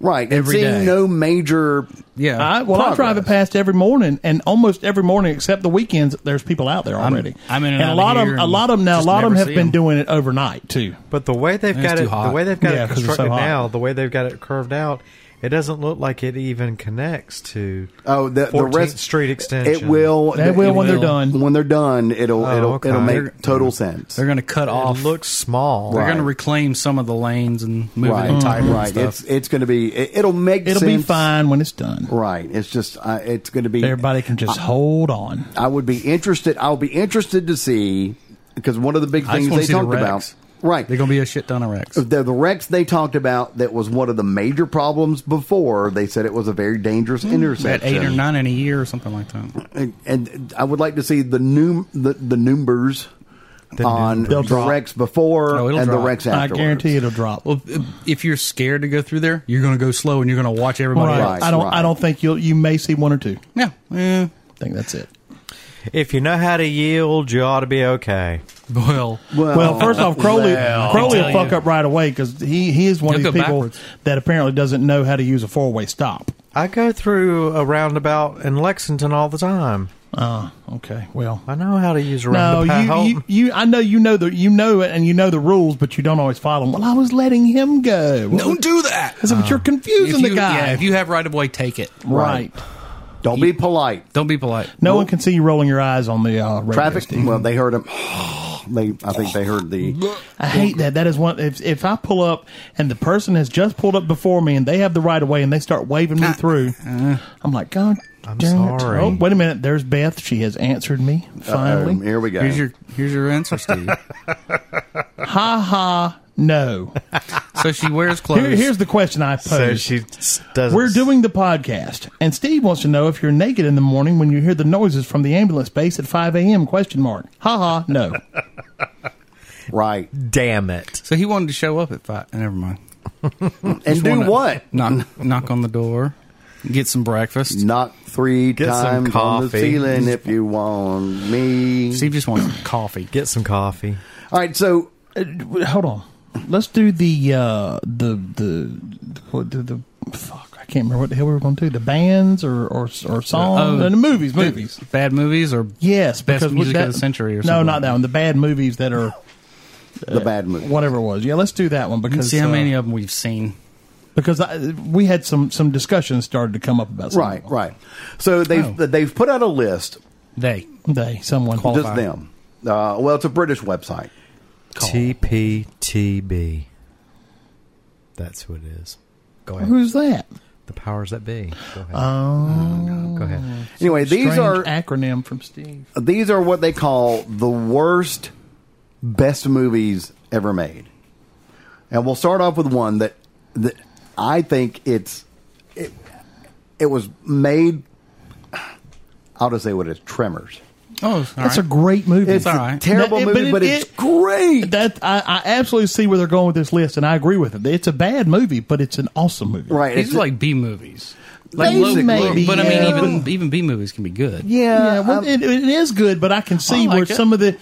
Speaker 4: right. And
Speaker 2: every
Speaker 4: seeing
Speaker 2: day.
Speaker 4: no major.
Speaker 2: Yeah,
Speaker 3: I, well, I drive it
Speaker 4: progress.
Speaker 3: past every morning, and almost every morning, except the weekends, there's people out there already.
Speaker 2: I'm in and
Speaker 3: a
Speaker 2: out of
Speaker 3: lot of
Speaker 2: here
Speaker 3: a
Speaker 2: and
Speaker 3: lot of them now. A
Speaker 2: just
Speaker 3: lot of them
Speaker 2: never
Speaker 3: have
Speaker 2: see
Speaker 3: been
Speaker 2: 'em.
Speaker 3: doing it overnight too.
Speaker 5: But the way they've
Speaker 2: It's
Speaker 5: got
Speaker 2: too
Speaker 5: it, the
Speaker 2: hot.
Speaker 5: way they've got
Speaker 3: Yeah,
Speaker 5: it
Speaker 3: 'cause it's so
Speaker 5: constructed
Speaker 3: hot.
Speaker 5: now, the way they've got it curved out, it doesn't look like it even connects to
Speaker 4: Oh, the, the
Speaker 5: 14th
Speaker 4: rest
Speaker 5: Street extension.
Speaker 4: It will.
Speaker 3: They will when they're
Speaker 2: will.
Speaker 3: done.
Speaker 4: When they're done, it'll
Speaker 5: Oh,
Speaker 4: it'll
Speaker 5: okay.
Speaker 4: it'll
Speaker 5: They're-
Speaker 4: make total sense.
Speaker 2: they're going to cut
Speaker 5: It
Speaker 2: off.
Speaker 5: looks small.
Speaker 2: they're
Speaker 4: Right.
Speaker 2: going to reclaim some of the lanes and move
Speaker 4: right.
Speaker 2: it in time.
Speaker 4: Right. It's it's going to be. It, will make.
Speaker 3: It'll be
Speaker 4: sense.
Speaker 3: fine when it's done.
Speaker 4: Right. It's just. Uh, it's going to be.
Speaker 3: Everybody can just hold on.
Speaker 4: I would be interested. I'll be interested to see because one of the big
Speaker 2: I just
Speaker 4: things they
Speaker 2: want to see the
Speaker 4: talked
Speaker 2: wrecks.
Speaker 4: about, right?
Speaker 2: They're going to be a shit ton of wrecks.
Speaker 4: the, the wrecks they talked about that was one of the major problems before. They said it was a very dangerous
Speaker 2: At
Speaker 4: intersection.
Speaker 2: Hmm. eight or nine in a year or something like that.
Speaker 4: and, and I would like to see the num the, the numbers on
Speaker 3: numbers. They'll
Speaker 4: the
Speaker 3: drop.
Speaker 4: wrecks before
Speaker 2: Oh, it'll
Speaker 4: and the
Speaker 2: drop.
Speaker 4: wrecks
Speaker 3: I
Speaker 4: afterwards.
Speaker 3: guarantee it'll drop.
Speaker 2: Well, if you're scared to go through there, you're going to go slow and you're going to watch everybody.
Speaker 3: Right.
Speaker 2: else.
Speaker 4: Right,
Speaker 3: I don't. I
Speaker 4: right.
Speaker 3: don't think you'll. You may see one or two.
Speaker 2: Yeah. Yeah.
Speaker 3: I think that's it.
Speaker 5: If you know how to yield, you ought to be okay.
Speaker 2: Well,
Speaker 3: Well, first off, Crowley
Speaker 2: Oh, well,
Speaker 3: Crowley
Speaker 2: I
Speaker 3: will
Speaker 2: tell
Speaker 3: fuck
Speaker 2: you.
Speaker 3: up right away because he, he is one of
Speaker 2: He'll
Speaker 3: these
Speaker 2: go
Speaker 3: people
Speaker 2: backwards.
Speaker 3: that apparently doesn't know how to use a four way stop.
Speaker 5: I go through a roundabout in Lexington all the time.
Speaker 2: Ah,
Speaker 3: Oh, okay. Well,
Speaker 5: I know how to use a
Speaker 3: no,
Speaker 5: roundabout.
Speaker 3: you, you you I know you know the you know it and you know the rules, but you don't always follow them. Well, I was letting him go.
Speaker 2: don't do that.
Speaker 3: I said, but you're confusing
Speaker 2: Ah. If
Speaker 3: the
Speaker 2: you-
Speaker 3: guy.
Speaker 2: Yeah, if you have right of way, take it.
Speaker 3: right.
Speaker 4: don't be polite.
Speaker 2: Don't be polite.
Speaker 3: No one can see you rolling your eyes on the uh, radio
Speaker 4: Traffic.
Speaker 3: station.
Speaker 4: Well, they heard them. They, I think they heard the.
Speaker 3: I hate that. That is one. If if I pull up and the person has just pulled up before me and they have the right of way and they start waving me through, I'm like, God,
Speaker 5: uh, I'm
Speaker 3: damn it.
Speaker 5: sorry.
Speaker 3: Oh, wait a minute. There's Beth. She has answered me finally.
Speaker 4: Um, here we go.
Speaker 2: Here's your here's your answer, Steve.
Speaker 3: Ha ha. No.
Speaker 2: so she wears clothes.
Speaker 3: Here, here's the question I pose.
Speaker 5: so she does.
Speaker 3: We're doing the podcast, and Steve wants to know if you're naked in the morning when you hear the noises from the ambulance base at 5 a.m. Question mark. Ha ha. No.
Speaker 4: right.
Speaker 5: Damn it!
Speaker 2: so he wanted to show up at five. Never mind.
Speaker 4: And do
Speaker 2: wanna-
Speaker 4: what?
Speaker 2: Knock knock on the door, get some breakfast.
Speaker 4: Knock three
Speaker 5: Get some
Speaker 4: times on the
Speaker 5: coffee.
Speaker 4: ceiling if you want me.
Speaker 2: Steve just wants some coffee.
Speaker 5: Get some coffee.
Speaker 4: All right, so
Speaker 3: Uh, w- hold on. Let's do the uh, the the what the, the fuck. I can't remember what the hell we were going to do. The bands or or, or songs
Speaker 2: Oh,
Speaker 3: and the movies,
Speaker 2: the-
Speaker 3: movies.
Speaker 2: bad movies, or
Speaker 3: Yes,
Speaker 2: best
Speaker 3: because we-
Speaker 2: music
Speaker 3: that-
Speaker 2: of the century, or
Speaker 3: no,
Speaker 2: something.
Speaker 3: not that one. The bad movies that are
Speaker 4: the bad movie.
Speaker 3: whatever it was. Yeah, let's do that one because
Speaker 2: Let's see how
Speaker 3: uh,
Speaker 2: many of them we've seen.
Speaker 3: because I, we had some some discussions started to come up about some
Speaker 4: Right,
Speaker 3: of them.
Speaker 4: right. So they've
Speaker 2: Oh.
Speaker 4: they've put out a list,
Speaker 2: They
Speaker 3: They someone
Speaker 2: Qual-
Speaker 4: just
Speaker 2: Fine.
Speaker 4: them. Uh, well, it's a British website.
Speaker 5: TPTB. That's who it is. Go ahead.
Speaker 3: who's that?
Speaker 5: the powers that be. Go ahead. Oh, Go ahead.
Speaker 4: Anyway, these
Speaker 3: Strange
Speaker 4: are
Speaker 3: acronym from Steve.
Speaker 4: these are what they call the worst best movies ever made. And we'll start off with one that that I think it's it, it was made I'll just say what it is, Tremors.
Speaker 2: oh, all
Speaker 3: That's
Speaker 2: right.
Speaker 3: a great movie.
Speaker 4: It's
Speaker 2: all right.
Speaker 4: a terrible
Speaker 3: That- it- but
Speaker 4: movie,
Speaker 3: it-
Speaker 4: but, it's
Speaker 3: it-
Speaker 4: great.
Speaker 3: That I, I absolutely see where they're going with this list, and I agree with it. It's a bad movie, but it's an awesome movie.
Speaker 4: right.
Speaker 2: these
Speaker 4: it's-
Speaker 2: are like B movies. Like
Speaker 4: They may be,
Speaker 2: but I mean,
Speaker 3: yeah,
Speaker 2: even even B movies can be good.
Speaker 4: yeah,
Speaker 3: Yeah, well,
Speaker 4: um,
Speaker 3: it, it is good, but I can see
Speaker 2: I like
Speaker 3: where
Speaker 2: it.
Speaker 3: some of the,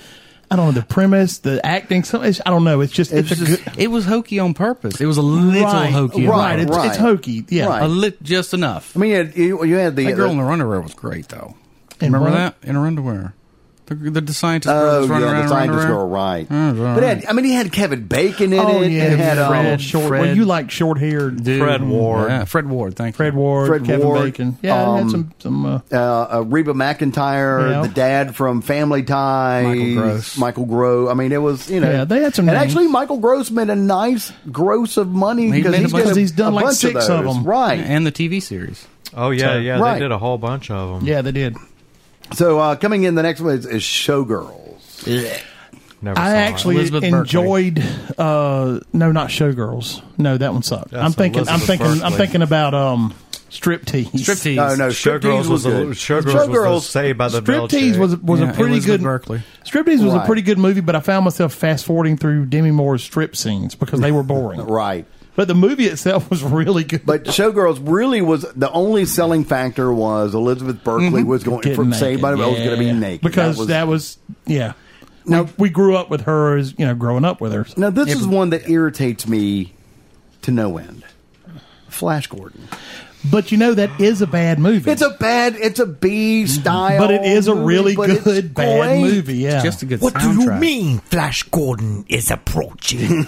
Speaker 3: I don't know, the premise, the acting, some, it's, I don't know. It's just, it's,
Speaker 4: It's
Speaker 3: a
Speaker 4: just-
Speaker 3: good.
Speaker 2: It was hokey on purpose. It was a little
Speaker 3: right,
Speaker 2: hokey, on
Speaker 3: right,
Speaker 2: purpose.
Speaker 3: it's,
Speaker 4: right.
Speaker 3: it's hokey. Yeah,
Speaker 4: Right.
Speaker 2: a lit just enough.
Speaker 4: I mean, you had, you, you had the
Speaker 2: That girl
Speaker 4: the-
Speaker 2: in her underwear was great, though.
Speaker 3: In
Speaker 2: Remember
Speaker 3: what?
Speaker 2: that in her underwear? The, the, the scientist girl
Speaker 4: Oh
Speaker 2: that's running
Speaker 4: yeah,
Speaker 2: around,
Speaker 4: the
Speaker 2: running
Speaker 4: scientist
Speaker 2: around.
Speaker 4: girl, right? But it had, I mean, he had Kevin Bacon in
Speaker 3: Mm, Oh
Speaker 4: it.
Speaker 3: yeah,
Speaker 4: it had
Speaker 3: Fred,
Speaker 4: um,
Speaker 3: short. Well,
Speaker 2: Fred-
Speaker 3: you like short haired
Speaker 2: Dude,
Speaker 5: Fred Ward.
Speaker 2: Yeah, Fred Ward. Thank
Speaker 3: Fred
Speaker 2: you.
Speaker 3: Ward,
Speaker 4: Fred
Speaker 3: Kevin
Speaker 4: Ward,
Speaker 3: Bacon. Yeah, I had
Speaker 4: um,
Speaker 3: some some. Uh,
Speaker 4: uh, uh, Reba McIntyre,
Speaker 3: Yeah.
Speaker 4: the dad from Family Ties,
Speaker 2: Michael Gross.
Speaker 4: Michael Groh. I mean, it was you know
Speaker 3: Yeah, they had some
Speaker 4: And
Speaker 3: names.
Speaker 4: actually, Michael Gross made a nice gross of money
Speaker 2: He
Speaker 4: because
Speaker 2: made a
Speaker 4: he's,
Speaker 2: bunch-
Speaker 4: done a-
Speaker 3: he's done
Speaker 4: a
Speaker 3: like
Speaker 4: bunch
Speaker 3: six of
Speaker 4: those.
Speaker 3: them.
Speaker 4: right?
Speaker 2: and the TV series.
Speaker 5: Oh yeah, yeah.
Speaker 4: Right.
Speaker 5: They did a whole bunch of them.
Speaker 3: yeah, they did.
Speaker 4: So uh, coming in the next one is, is Showgirls.
Speaker 5: Never saw
Speaker 3: I
Speaker 5: it.
Speaker 3: actually
Speaker 2: Elizabeth Berkley.
Speaker 3: enjoyed. Uh, no, not Showgirls. No, that one sucked.
Speaker 5: That's
Speaker 3: I'm thinking. I'm
Speaker 5: Elizabeth
Speaker 3: thinking. I'm
Speaker 5: Berkley.
Speaker 3: thinking about um, striptease.
Speaker 2: Striptease.
Speaker 4: Oh, No, no,
Speaker 5: Showgirls
Speaker 4: Striptease
Speaker 5: was,
Speaker 4: was
Speaker 5: a
Speaker 4: good.
Speaker 5: Showgirls, was the say by the bell
Speaker 3: Striptease
Speaker 5: chick.
Speaker 3: was was
Speaker 2: Yeah,
Speaker 3: a pretty
Speaker 2: Elizabeth
Speaker 3: good.
Speaker 2: Berkley.
Speaker 3: Striptease was a
Speaker 4: Right.
Speaker 3: pretty good movie, but I found myself fast forwarding through Demi Moore's strip scenes because they were boring.
Speaker 4: right?
Speaker 3: But the movie itself was really good.
Speaker 4: But Showgirls really was the only selling factor was Elizabeth Berkley was going
Speaker 3: Mm-hmm. Getting
Speaker 4: from Saved by the Bell was
Speaker 3: naked,
Speaker 4: going to be
Speaker 3: yeah.
Speaker 4: naked
Speaker 3: because that was, yeah.
Speaker 4: Now-
Speaker 3: we, we grew up with her as you know, growing up with her.
Speaker 4: now this is one that irritates me to no end. Flash Gordon.
Speaker 3: But you know that is a bad movie.
Speaker 4: It's a bad. It's a B style,
Speaker 3: Mm-hmm. but it is a
Speaker 4: movie,
Speaker 3: really
Speaker 4: but it's
Speaker 3: good bad
Speaker 4: great.
Speaker 3: movie. Yeah,
Speaker 2: Just a good soundtrack.
Speaker 5: mean Flash Gordon is approaching?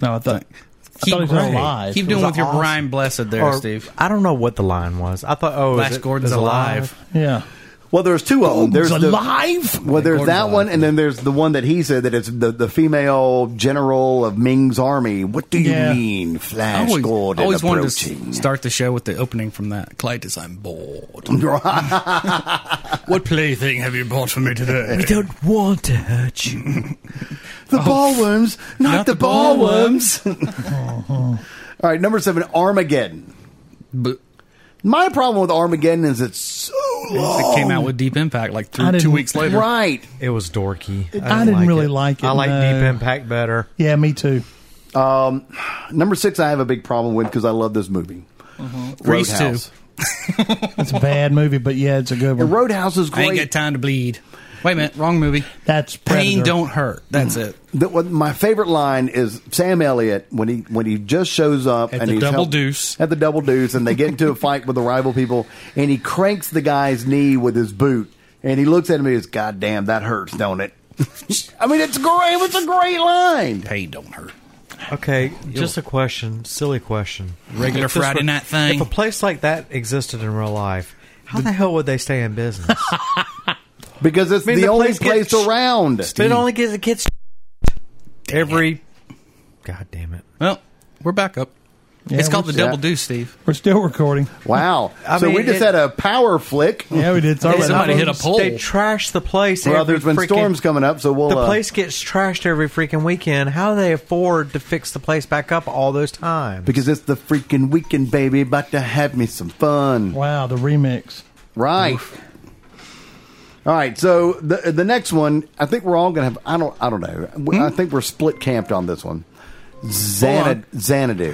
Speaker 3: no, I thought. I
Speaker 2: Keep,
Speaker 3: thought he was alive.
Speaker 2: Keep
Speaker 3: It
Speaker 2: doing
Speaker 5: was
Speaker 2: with your
Speaker 5: awesome.
Speaker 2: rhyme blessed there,
Speaker 5: or,
Speaker 2: Steve.
Speaker 5: I don't know what the line was. I thought, oh,
Speaker 2: Flash
Speaker 5: is it-
Speaker 2: Gordon's
Speaker 5: is it
Speaker 2: alive.
Speaker 3: yeah.
Speaker 4: Well, there's two of them. There's
Speaker 3: It's
Speaker 4: the,
Speaker 3: alive.
Speaker 4: Well, there's
Speaker 2: Gordon's
Speaker 4: that
Speaker 2: alive.
Speaker 4: one, and then there's the one that he said that it's the, the female general of Ming's army. What do you
Speaker 3: Yeah.
Speaker 4: mean,
Speaker 2: I
Speaker 4: Flash
Speaker 2: always,
Speaker 4: Gordon
Speaker 2: always wanted to
Speaker 4: approaching?
Speaker 2: s- start the show with the opening from that. Clytus, I'm bored.
Speaker 4: Right.
Speaker 2: what plaything have you bought for me today?
Speaker 5: I don't want to hurt you.
Speaker 4: the ballworms, not,
Speaker 2: Oh. Not
Speaker 4: the,
Speaker 2: the
Speaker 4: ballworms. All right, number seven, Armageddon.
Speaker 2: But
Speaker 4: My problem with Armageddon is it's so long.
Speaker 2: it came out with Deep Impact like
Speaker 3: I
Speaker 2: three, two
Speaker 3: didn't-
Speaker 2: weeks later.
Speaker 4: Right.
Speaker 5: It was dorky.
Speaker 3: I didn't really
Speaker 5: it.
Speaker 3: like it,
Speaker 5: I like
Speaker 3: no.
Speaker 5: Deep Impact better.
Speaker 3: Yeah, me too.
Speaker 4: Um, Number six, I have a big problem with because I love this movie.
Speaker 2: Grease too.
Speaker 4: Roadhouse.
Speaker 3: It's a bad movie, but yeah, it's a good
Speaker 4: And
Speaker 3: one.
Speaker 4: Roadhouse is
Speaker 2: I ain't got
Speaker 4: great.
Speaker 2: time to bleed. Wait a minute, wrong movie.
Speaker 3: That's
Speaker 2: Pain
Speaker 3: Predator.
Speaker 2: don't hurt. That's it.
Speaker 4: The, what, my favorite line is Sam Elliott when he when he just shows up
Speaker 2: At
Speaker 4: and
Speaker 2: the
Speaker 4: he's
Speaker 2: double
Speaker 4: help-
Speaker 2: deuce.
Speaker 4: at the double deuce, and they get into a fight with the rival people, and he cranks the guy's knee with his boot, and he looks at him and goes, "God damn, that hurts, don't it?" I mean, it's great. It's a great line.
Speaker 2: Pain don't hurt.
Speaker 5: Okay, just a question, silly question.
Speaker 2: Regular
Speaker 5: If this
Speaker 2: Friday
Speaker 5: were-
Speaker 2: night thing.
Speaker 5: If a place like that existed in real life, how the hell would they stay in business?
Speaker 4: Because it's
Speaker 5: I mean,
Speaker 4: the,
Speaker 5: the
Speaker 4: only
Speaker 5: place
Speaker 4: place
Speaker 5: gets-
Speaker 4: around.
Speaker 5: But it only gives the kids every. God damn it!
Speaker 2: Well, we're back up.
Speaker 3: Yeah,
Speaker 2: it's called
Speaker 3: we're-
Speaker 2: the double
Speaker 4: yeah.
Speaker 2: deuce, Steve.
Speaker 3: We're still recording.
Speaker 4: Wow.
Speaker 5: I
Speaker 4: so
Speaker 5: mean,
Speaker 4: we just
Speaker 5: it-
Speaker 4: had a power flick.
Speaker 3: Yeah, we did. Sorry
Speaker 2: Hey,
Speaker 3: about
Speaker 2: somebody
Speaker 3: that.
Speaker 2: hit a pole.
Speaker 5: They trash the place.
Speaker 4: Well,
Speaker 5: every
Speaker 4: there's been
Speaker 5: freaking-
Speaker 4: storms coming up, so we'll.
Speaker 5: The
Speaker 4: uh,
Speaker 5: place gets trashed every freaking weekend. How do they afford to fix the place back up all those times?
Speaker 4: because it's the freaking weekend, baby. About to have me some fun.
Speaker 3: Wow, the remix.
Speaker 4: Right. All right. So the the next one, I think we're all gonna have. I don't. I don't know. We- I think we're split camped on this one. Xana, Xanadu.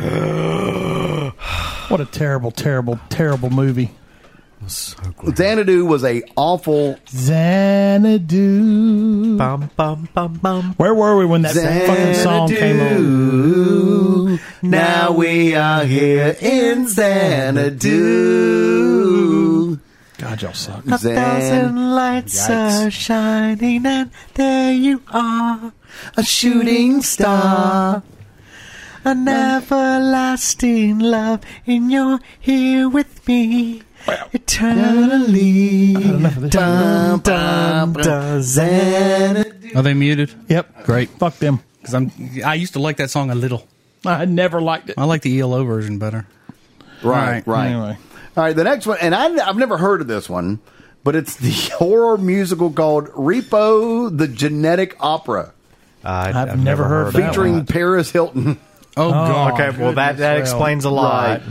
Speaker 3: What a terrible, terrible, terrible movie.
Speaker 4: Xanadu was a awful.
Speaker 3: Xanadu.
Speaker 5: Bum, bum, bum, bum.
Speaker 3: Where were we when that fucking song came on?
Speaker 4: Xanadu. Now we are here in Xanadu.
Speaker 3: God, y'all suck.
Speaker 5: A
Speaker 4: Xan-
Speaker 5: thousand lights
Speaker 4: Yikes.
Speaker 5: are shining, and there you are,
Speaker 4: A
Speaker 5: Mm.
Speaker 4: shooting star.
Speaker 5: an everlasting love, and you're here with me eternally.
Speaker 3: Enough of this.
Speaker 4: Bum, bum, bum. Xanadu.
Speaker 2: Are they muted?
Speaker 3: Yep.
Speaker 2: Great.
Speaker 3: Fuck them.
Speaker 2: Because I'm. I used to like that song a little.
Speaker 3: I never liked it.
Speaker 2: I like the ELO version better.
Speaker 4: Right.
Speaker 2: Right.
Speaker 4: Right.
Speaker 3: Anyway.
Speaker 4: All right, the next one, and I, I've never heard of this one, but it's the horror musical called Repo the Genetic Opera,
Speaker 5: I've,
Speaker 3: I've never heard of that
Speaker 4: featuring
Speaker 3: one.
Speaker 4: Paris Hilton.
Speaker 2: Oh, God.
Speaker 5: Okay, well that
Speaker 3: Goodness, well,
Speaker 5: that explains a lot.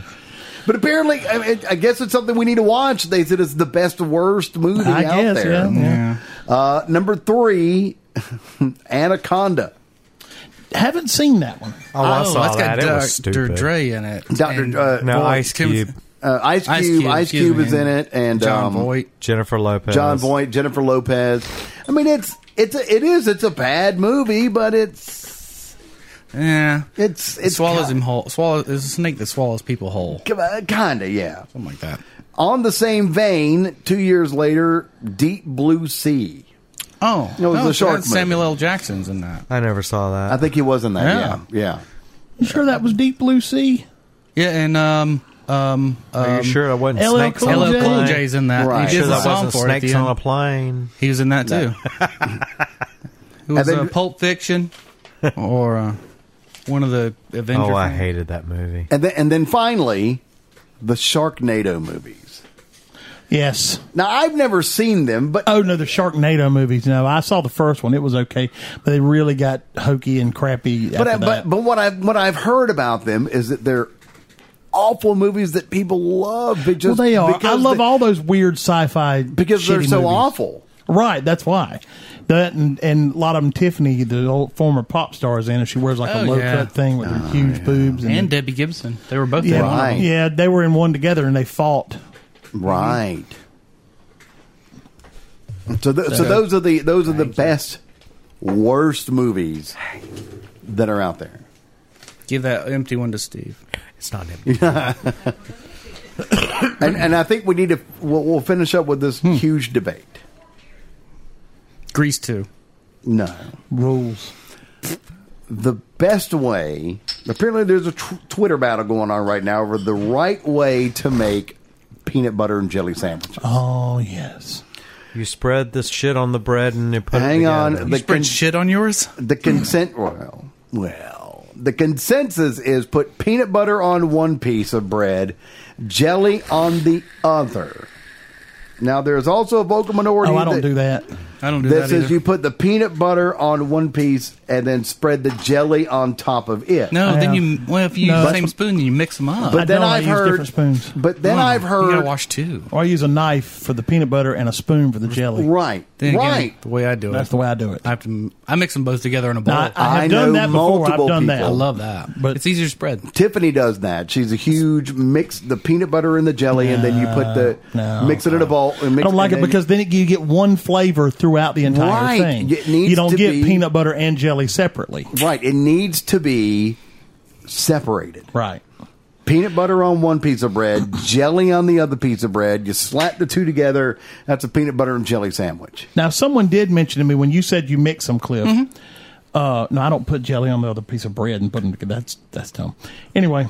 Speaker 4: But apparently, I, mean, I guess it's something we need to watch. They said it's the best, worst movie
Speaker 3: I
Speaker 4: out
Speaker 3: guess,
Speaker 4: there.
Speaker 3: yeah.
Speaker 2: Yeah.
Speaker 4: Uh, number three, Anaconda.
Speaker 3: Haven't seen that one.
Speaker 5: Oh, I saw
Speaker 2: that's
Speaker 5: that.
Speaker 2: got
Speaker 5: it
Speaker 2: Dr.
Speaker 5: was stupid.
Speaker 2: Dre in it.
Speaker 4: Dr.
Speaker 2: And
Speaker 4: uh,
Speaker 5: no,
Speaker 4: Voight-
Speaker 5: Ice
Speaker 2: Tim-
Speaker 5: Cube,
Speaker 4: uh, Ice Cube. Ice Cube,
Speaker 2: excuse me,
Speaker 4: is in it, and
Speaker 2: John
Speaker 4: um,
Speaker 2: Voight.
Speaker 5: Jennifer Lopez,
Speaker 4: John Voight, Jennifer Lopez. I mean, it's it's a, it is it's a bad movie, but it's
Speaker 2: Yeah,
Speaker 4: it's
Speaker 2: it
Speaker 4: it's
Speaker 2: swallows
Speaker 4: ki-
Speaker 2: him whole. Swallows. It's a snake that swallows people whole.
Speaker 4: Kinda, yeah.
Speaker 2: Something like that.
Speaker 4: On the same vein, two years later, Deep Blue Sea.
Speaker 2: Oh,
Speaker 4: No, it was the
Speaker 2: that's
Speaker 4: shark
Speaker 2: Samuel L. Jackson's in that.
Speaker 5: I never saw
Speaker 4: I
Speaker 5: that.
Speaker 4: think he was in that.
Speaker 2: Yeah.
Speaker 4: Yeah, yeah.
Speaker 3: You sure that was Deep Blue Sea?
Speaker 2: Yeah, and um um,
Speaker 5: Are
Speaker 2: um
Speaker 5: you sure that wasn't
Speaker 3: LL
Speaker 5: snakes
Speaker 3: Cool
Speaker 5: on a
Speaker 2: LL
Speaker 3: J?
Speaker 2: Cool
Speaker 5: plane?
Speaker 2: J's in that.
Speaker 4: Right.
Speaker 2: He
Speaker 5: Sure
Speaker 2: did the
Speaker 5: that
Speaker 2: song
Speaker 5: wasn't
Speaker 2: for it at
Speaker 5: snakes
Speaker 2: the
Speaker 5: on a
Speaker 2: end.
Speaker 5: plane.
Speaker 2: He was in that too. it was
Speaker 4: they-
Speaker 2: uh, Pulp Fiction or uh, one of the Avengers.
Speaker 5: Oh, I hated that movie.
Speaker 4: And then and then finally, the Sharknado movies.
Speaker 3: Yes.
Speaker 4: Now I've never seen them, but
Speaker 3: Oh no, the Sharknado movies. No, I saw the first one. It was okay, but they really got hokey and crappy.
Speaker 4: but I,
Speaker 3: after
Speaker 4: but
Speaker 3: that.
Speaker 4: but what I what I've heard about them is that they're awful movies that people love. They
Speaker 3: well,
Speaker 4: just-
Speaker 3: they are. I
Speaker 4: because
Speaker 3: love
Speaker 4: they-
Speaker 3: all those weird sci-fi
Speaker 4: because they're
Speaker 3: shitty
Speaker 4: so
Speaker 3: movies.
Speaker 4: awful.
Speaker 3: Right, that's why. That and, and a lot of them. Tiffany, the old former pop star, is in, and she wears like a
Speaker 2: Oh,
Speaker 3: low
Speaker 2: yeah.
Speaker 3: cut thing with her huge boobs and,
Speaker 2: And Debbie Gibson. They were both
Speaker 3: yeah,
Speaker 2: in one of
Speaker 4: Oh, Right.
Speaker 2: them.
Speaker 3: yeah, they were in one together and they fought.
Speaker 4: Right. So, th- so those are the those are the best worst movies that are out there.
Speaker 2: Give that empty one to Steve.
Speaker 5: It's not him.
Speaker 4: And and I think we need to we'll, we'll finish up with this huge debate.
Speaker 2: Grease two.
Speaker 4: No.
Speaker 3: Rules.
Speaker 4: The best way apparently there's a tw- Twitter battle going on right now over the right way to make peanut butter and jelly sandwiches.
Speaker 3: Oh yes.
Speaker 5: You spread this shit on the bread and you put
Speaker 4: Hang
Speaker 5: it
Speaker 4: on,
Speaker 5: together.
Speaker 2: You
Speaker 4: the,
Speaker 2: spread
Speaker 4: con-
Speaker 2: shit on yours?
Speaker 4: the consent well, well, the consensus is put peanut butter on one piece of bread, jelly on the other. Now there's also a vocal minority
Speaker 3: Oh, I don't
Speaker 4: that,
Speaker 3: do that.
Speaker 2: I don't do
Speaker 4: that
Speaker 2: that,
Speaker 4: says
Speaker 2: either.
Speaker 4: you put the peanut butter on one piece and then spread the jelly on top of it.
Speaker 2: no,
Speaker 3: I
Speaker 2: then
Speaker 3: have-
Speaker 2: you well if you
Speaker 3: No.
Speaker 2: use the same spoon you mix them up.
Speaker 4: but
Speaker 3: I
Speaker 4: then
Speaker 3: don't, I
Speaker 4: I've
Speaker 3: use
Speaker 4: heard.
Speaker 3: different spoons.
Speaker 4: But then
Speaker 2: Wow.
Speaker 4: I've
Speaker 2: you
Speaker 4: heard.
Speaker 2: gotta wash two.
Speaker 3: Or I use a knife for the peanut butter and a spoon for the jelly.
Speaker 4: Right,
Speaker 2: Then again,
Speaker 4: right.
Speaker 2: the way I do
Speaker 3: That's
Speaker 2: it.
Speaker 3: the way I do it.
Speaker 2: I have to I mix them both together in a bowl.
Speaker 3: Now, I, I have
Speaker 4: I
Speaker 3: done
Speaker 4: know
Speaker 3: that before. I've
Speaker 4: multiple
Speaker 3: done that.
Speaker 4: people.
Speaker 2: I love that.
Speaker 3: But-
Speaker 2: But it's easier to spread.
Speaker 4: Tiffany does that. She's a huge mix the peanut butter and the jelly, and then you put the
Speaker 3: No,
Speaker 4: mix it in a bowl. And
Speaker 3: I
Speaker 4: mix,
Speaker 3: don't like it
Speaker 4: and then-
Speaker 3: because then it, you get one flavor throughout the entire
Speaker 4: Right.
Speaker 3: thing.
Speaker 4: It needs
Speaker 3: you don't
Speaker 4: to
Speaker 3: get
Speaker 4: be-
Speaker 3: peanut butter and jelly separately.
Speaker 4: Right. It needs to be separated.
Speaker 3: Right.
Speaker 4: Peanut butter on one piece of bread, jelly on the other piece of bread. You slap the two together. That's a peanut butter and jelly sandwich.
Speaker 3: Now, someone did mention to me when you said you mix them, Cliff.
Speaker 4: Mm-hmm.
Speaker 3: Uh, no, I don't put jelly on the other piece of bread and put them together. That's that's dumb. Anyway,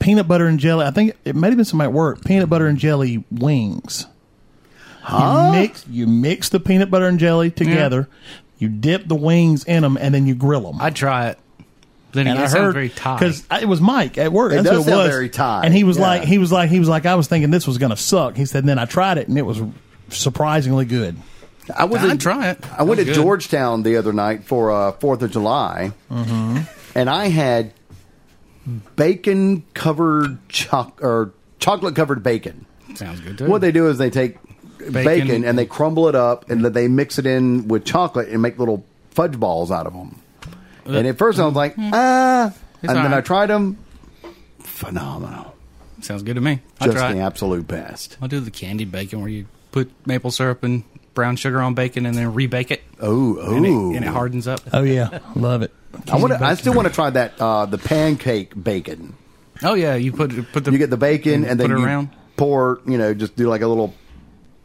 Speaker 3: peanut butter and jelly. I think it may have been somebody at work. Peanut butter and jelly wings. You mix you mix the peanut butter and jelly together. You dip the wings in them and then you grill them.
Speaker 2: I'd try it. Then
Speaker 3: and
Speaker 2: again,
Speaker 3: I
Speaker 2: it sounds
Speaker 3: heard
Speaker 2: very Thai.
Speaker 3: because it was Mike at work.
Speaker 4: It
Speaker 3: That's
Speaker 4: does
Speaker 3: what it
Speaker 4: sound
Speaker 3: was.
Speaker 4: very Thai,
Speaker 3: And he was
Speaker 4: yeah.
Speaker 3: like, he was like, he was like, I was thinking this was going to suck. He said, and then I tried it and it was surprisingly good.
Speaker 4: I was
Speaker 2: I'd
Speaker 4: in-
Speaker 2: try it.
Speaker 4: I
Speaker 2: Sounds
Speaker 4: went to
Speaker 2: good.
Speaker 4: Georgetown the other night for uh, Fourth of July,
Speaker 2: Mm-hmm.
Speaker 4: and I had bacon covered choc or chocolate covered bacon.
Speaker 2: sounds good too.
Speaker 4: What they do is they take bacon,
Speaker 2: Bacon.
Speaker 4: and they crumble it up, and then they mix it in with chocolate and make little fudge balls out of them. And at first I was like, ah, and
Speaker 2: all
Speaker 4: then I
Speaker 2: right.
Speaker 4: tried them. Phenomenal,
Speaker 2: sounds good to me. I'll
Speaker 4: just
Speaker 2: try
Speaker 4: the
Speaker 2: it.
Speaker 4: absolute best.
Speaker 2: I'll do the candied bacon where you put maple syrup and brown sugar on bacon and then rebake it.
Speaker 4: Oh,
Speaker 2: And it,
Speaker 4: oh,
Speaker 2: and it hardens up.
Speaker 3: Oh yeah, love it.
Speaker 4: I want. I still want to try that uh, the pancake bacon.
Speaker 2: Oh yeah, you put put the
Speaker 4: You get the bacon, and then
Speaker 2: put it
Speaker 4: you
Speaker 2: around.
Speaker 4: pour. You know, just do like a little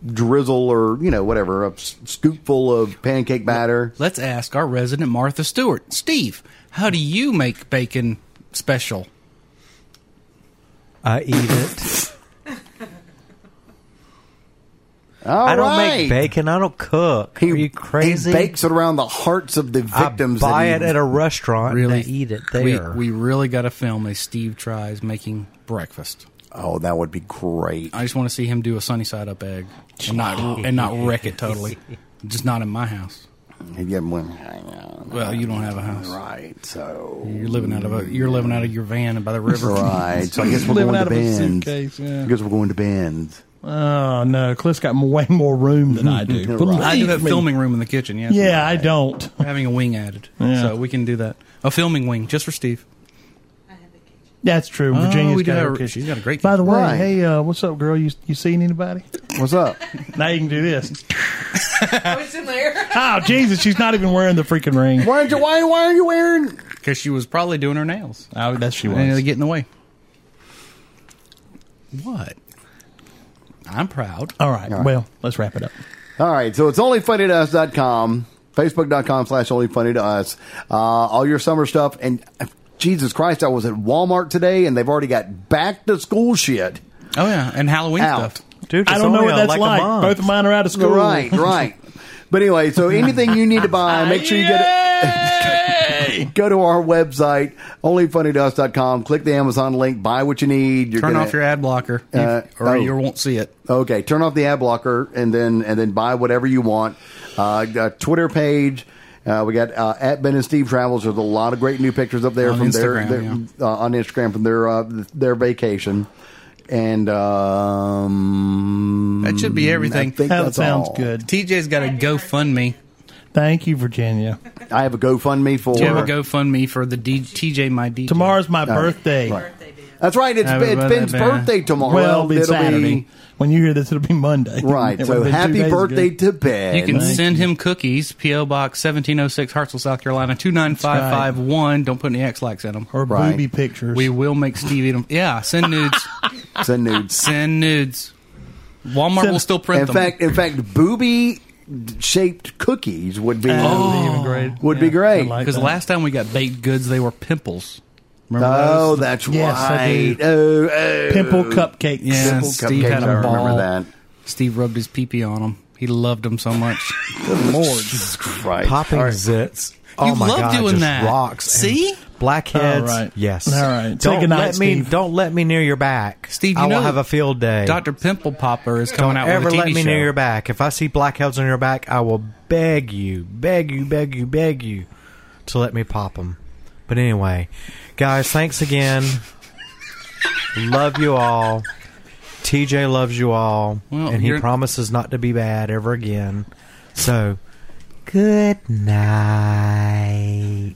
Speaker 4: drizzle or you know whatever, a s- scoopful of pancake batter.
Speaker 2: Let's ask our resident Martha Stewart, Steve. How do you make bacon special?
Speaker 5: I eat it.
Speaker 4: All
Speaker 5: I don't
Speaker 4: right.
Speaker 5: make bacon. I don't cook. Are you crazy?
Speaker 4: He bakes it around the hearts of the victims.
Speaker 5: I buy
Speaker 4: that
Speaker 5: it
Speaker 4: he-
Speaker 5: at a restaurant.
Speaker 2: Really
Speaker 5: and I eat it
Speaker 2: We,
Speaker 5: there.
Speaker 2: we really got to film a Steve tries making breakfast.
Speaker 4: oh, that would be great.
Speaker 2: I just want to see him do a sunny side up egg and not and not wreck it totally. Just not in my house.
Speaker 4: He'd get one- I know.
Speaker 2: Well, you don't have a house.
Speaker 4: right. So
Speaker 2: You're living out of a you're living out of your van by the river.
Speaker 4: right. So I guess we're
Speaker 3: Living
Speaker 4: going
Speaker 3: out
Speaker 4: to
Speaker 3: of a
Speaker 4: Ben's.
Speaker 3: suitcase, yeah.
Speaker 4: I guess we're going to Ben's.
Speaker 3: Oh no, Cliff's got way more room than I do. Believe
Speaker 2: I do have a
Speaker 3: me.
Speaker 2: filming room in the kitchen. Yes.
Speaker 3: Yeah, I don't.
Speaker 2: We're having a wing added,
Speaker 3: Yeah.
Speaker 2: so we can do that. A filming wing just for Steve.
Speaker 3: That's true. Virginia's
Speaker 2: Oh, we do
Speaker 3: got her
Speaker 2: have-
Speaker 3: kitchen.
Speaker 2: she's got a great
Speaker 3: By the way,
Speaker 4: Right.
Speaker 3: hey, uh, what's up, girl? You you seen anybody?
Speaker 4: What's up?
Speaker 3: Now you can do this.
Speaker 1: Oh, it's in there.
Speaker 3: Oh Jesus, she's not even wearing the freaking ring.
Speaker 4: Why aren't you? Why? Why are you wearing?
Speaker 2: Because she was probably doing her nails.
Speaker 3: Oh, that's she
Speaker 2: And they
Speaker 3: was.
Speaker 2: get in the way. What? I'm proud.
Speaker 3: All right. Well, let's wrap it up.
Speaker 4: All right, so it's onlyfunnytous.com, facebook.com slash onlyfunnytous. Uh, all your summer stuff. And uh, Jesus Christ, I was at Walmart today and they've already got back to school shit
Speaker 2: Oh yeah, and Halloween
Speaker 4: out.
Speaker 2: stuff.
Speaker 5: Dude,
Speaker 3: I
Speaker 5: it's
Speaker 3: don't know
Speaker 2: uh,
Speaker 5: only
Speaker 3: what
Speaker 5: a- like
Speaker 3: that's
Speaker 5: a
Speaker 3: like.
Speaker 5: month.
Speaker 3: Both of mine are out of school.
Speaker 4: Right, right. But anyway, so anything you need to buy, make sure you get it. Go to our website, onlyfunnytous.com, click the Amazon link, buy what you need. You're
Speaker 2: Turn
Speaker 4: gonna-
Speaker 2: off your ad blocker, you-
Speaker 4: Uh,
Speaker 2: or
Speaker 4: oh.
Speaker 2: you won't see it.
Speaker 4: Okay, turn off the ad blocker and then and then buy whatever you want. Uh, got Twitter page. Uh, we got uh, at Ben and Steve Travels. There's a lot of great new pictures up there
Speaker 2: On
Speaker 4: from their,
Speaker 2: Instagram,
Speaker 4: their
Speaker 2: yeah.
Speaker 4: uh, on Instagram from their uh, their vacation. And um,
Speaker 2: That should be everything.
Speaker 4: I think
Speaker 3: That
Speaker 4: that's
Speaker 3: sounds
Speaker 4: all.
Speaker 3: good.
Speaker 2: TJ's got a GoFundMe.
Speaker 3: Thank you, Virginia.
Speaker 4: I have a GoFundMe for.
Speaker 2: Do you have a GoFundMe for the D- TJ my DJ?
Speaker 3: Tomorrow's my birthday.
Speaker 4: Right. That's right. It's,
Speaker 2: Happy
Speaker 4: it's Ben's
Speaker 2: birthday, Ben.
Speaker 4: birthday tomorrow.
Speaker 3: Well, it'll be
Speaker 4: It'll be-
Speaker 3: Saturday. when you hear this, it'll be Monday.
Speaker 4: right.
Speaker 3: It
Speaker 4: So
Speaker 3: would've been two
Speaker 4: happy
Speaker 3: days ago.
Speaker 4: birthday to Ben.
Speaker 2: You can
Speaker 3: Thank
Speaker 2: send him cookies. P.O. Box 1706, Hartsville, South Carolina 29551. Don't put any X lax in them.
Speaker 3: Or
Speaker 4: Right.
Speaker 3: booby pictures.
Speaker 2: We will make Steve eat them. Yeah, send nudes.
Speaker 4: send nudes.
Speaker 2: send nudes. Walmart
Speaker 3: Send-
Speaker 2: will still print
Speaker 4: In
Speaker 2: them.
Speaker 4: fact, in fact, booby shaped cookies would be
Speaker 3: oh, great.
Speaker 4: would be great.
Speaker 3: like
Speaker 2: because
Speaker 5: uh,
Speaker 3: that.
Speaker 2: last time we got baked goods, they were pimples. Remember
Speaker 4: Oh,
Speaker 2: those?
Speaker 4: that's
Speaker 3: Yes, I
Speaker 4: right.
Speaker 3: do.
Speaker 4: Oh, oh.
Speaker 3: pimple cupcakes.
Speaker 2: Yeah,
Speaker 4: Simple
Speaker 2: Steve
Speaker 4: cupcakes,
Speaker 2: had
Speaker 4: I
Speaker 2: a
Speaker 4: remember
Speaker 2: ball.
Speaker 4: that.
Speaker 2: Steve rubbed his pee pee on them. He loved them so much.
Speaker 4: Lord, right.
Speaker 5: popping zits. Oh
Speaker 2: You
Speaker 5: my
Speaker 2: love
Speaker 5: God,
Speaker 2: doing
Speaker 5: just
Speaker 2: that.
Speaker 5: Rocks. and
Speaker 2: See?
Speaker 5: blackheads.
Speaker 3: All right.
Speaker 5: Yes.
Speaker 3: All right. Say
Speaker 5: Don't
Speaker 3: goodnight,
Speaker 5: let me.
Speaker 3: Steve.
Speaker 5: Don't let me near your back,
Speaker 2: Steve, you
Speaker 5: I
Speaker 2: know
Speaker 5: will have a field day.
Speaker 2: Doctor Pimple Popper is coming
Speaker 5: don't
Speaker 2: out
Speaker 5: ever
Speaker 2: with a TV
Speaker 5: let me
Speaker 2: show.
Speaker 5: near your back. If I see blackheads on your back, I will beg you, beg you, beg you, beg you to let me pop them. But anyway, guys, thanks again. Love you all. TJ loves you all,
Speaker 2: Well,
Speaker 5: and he
Speaker 2: you're-
Speaker 5: promises not to be bad ever again. So, good night.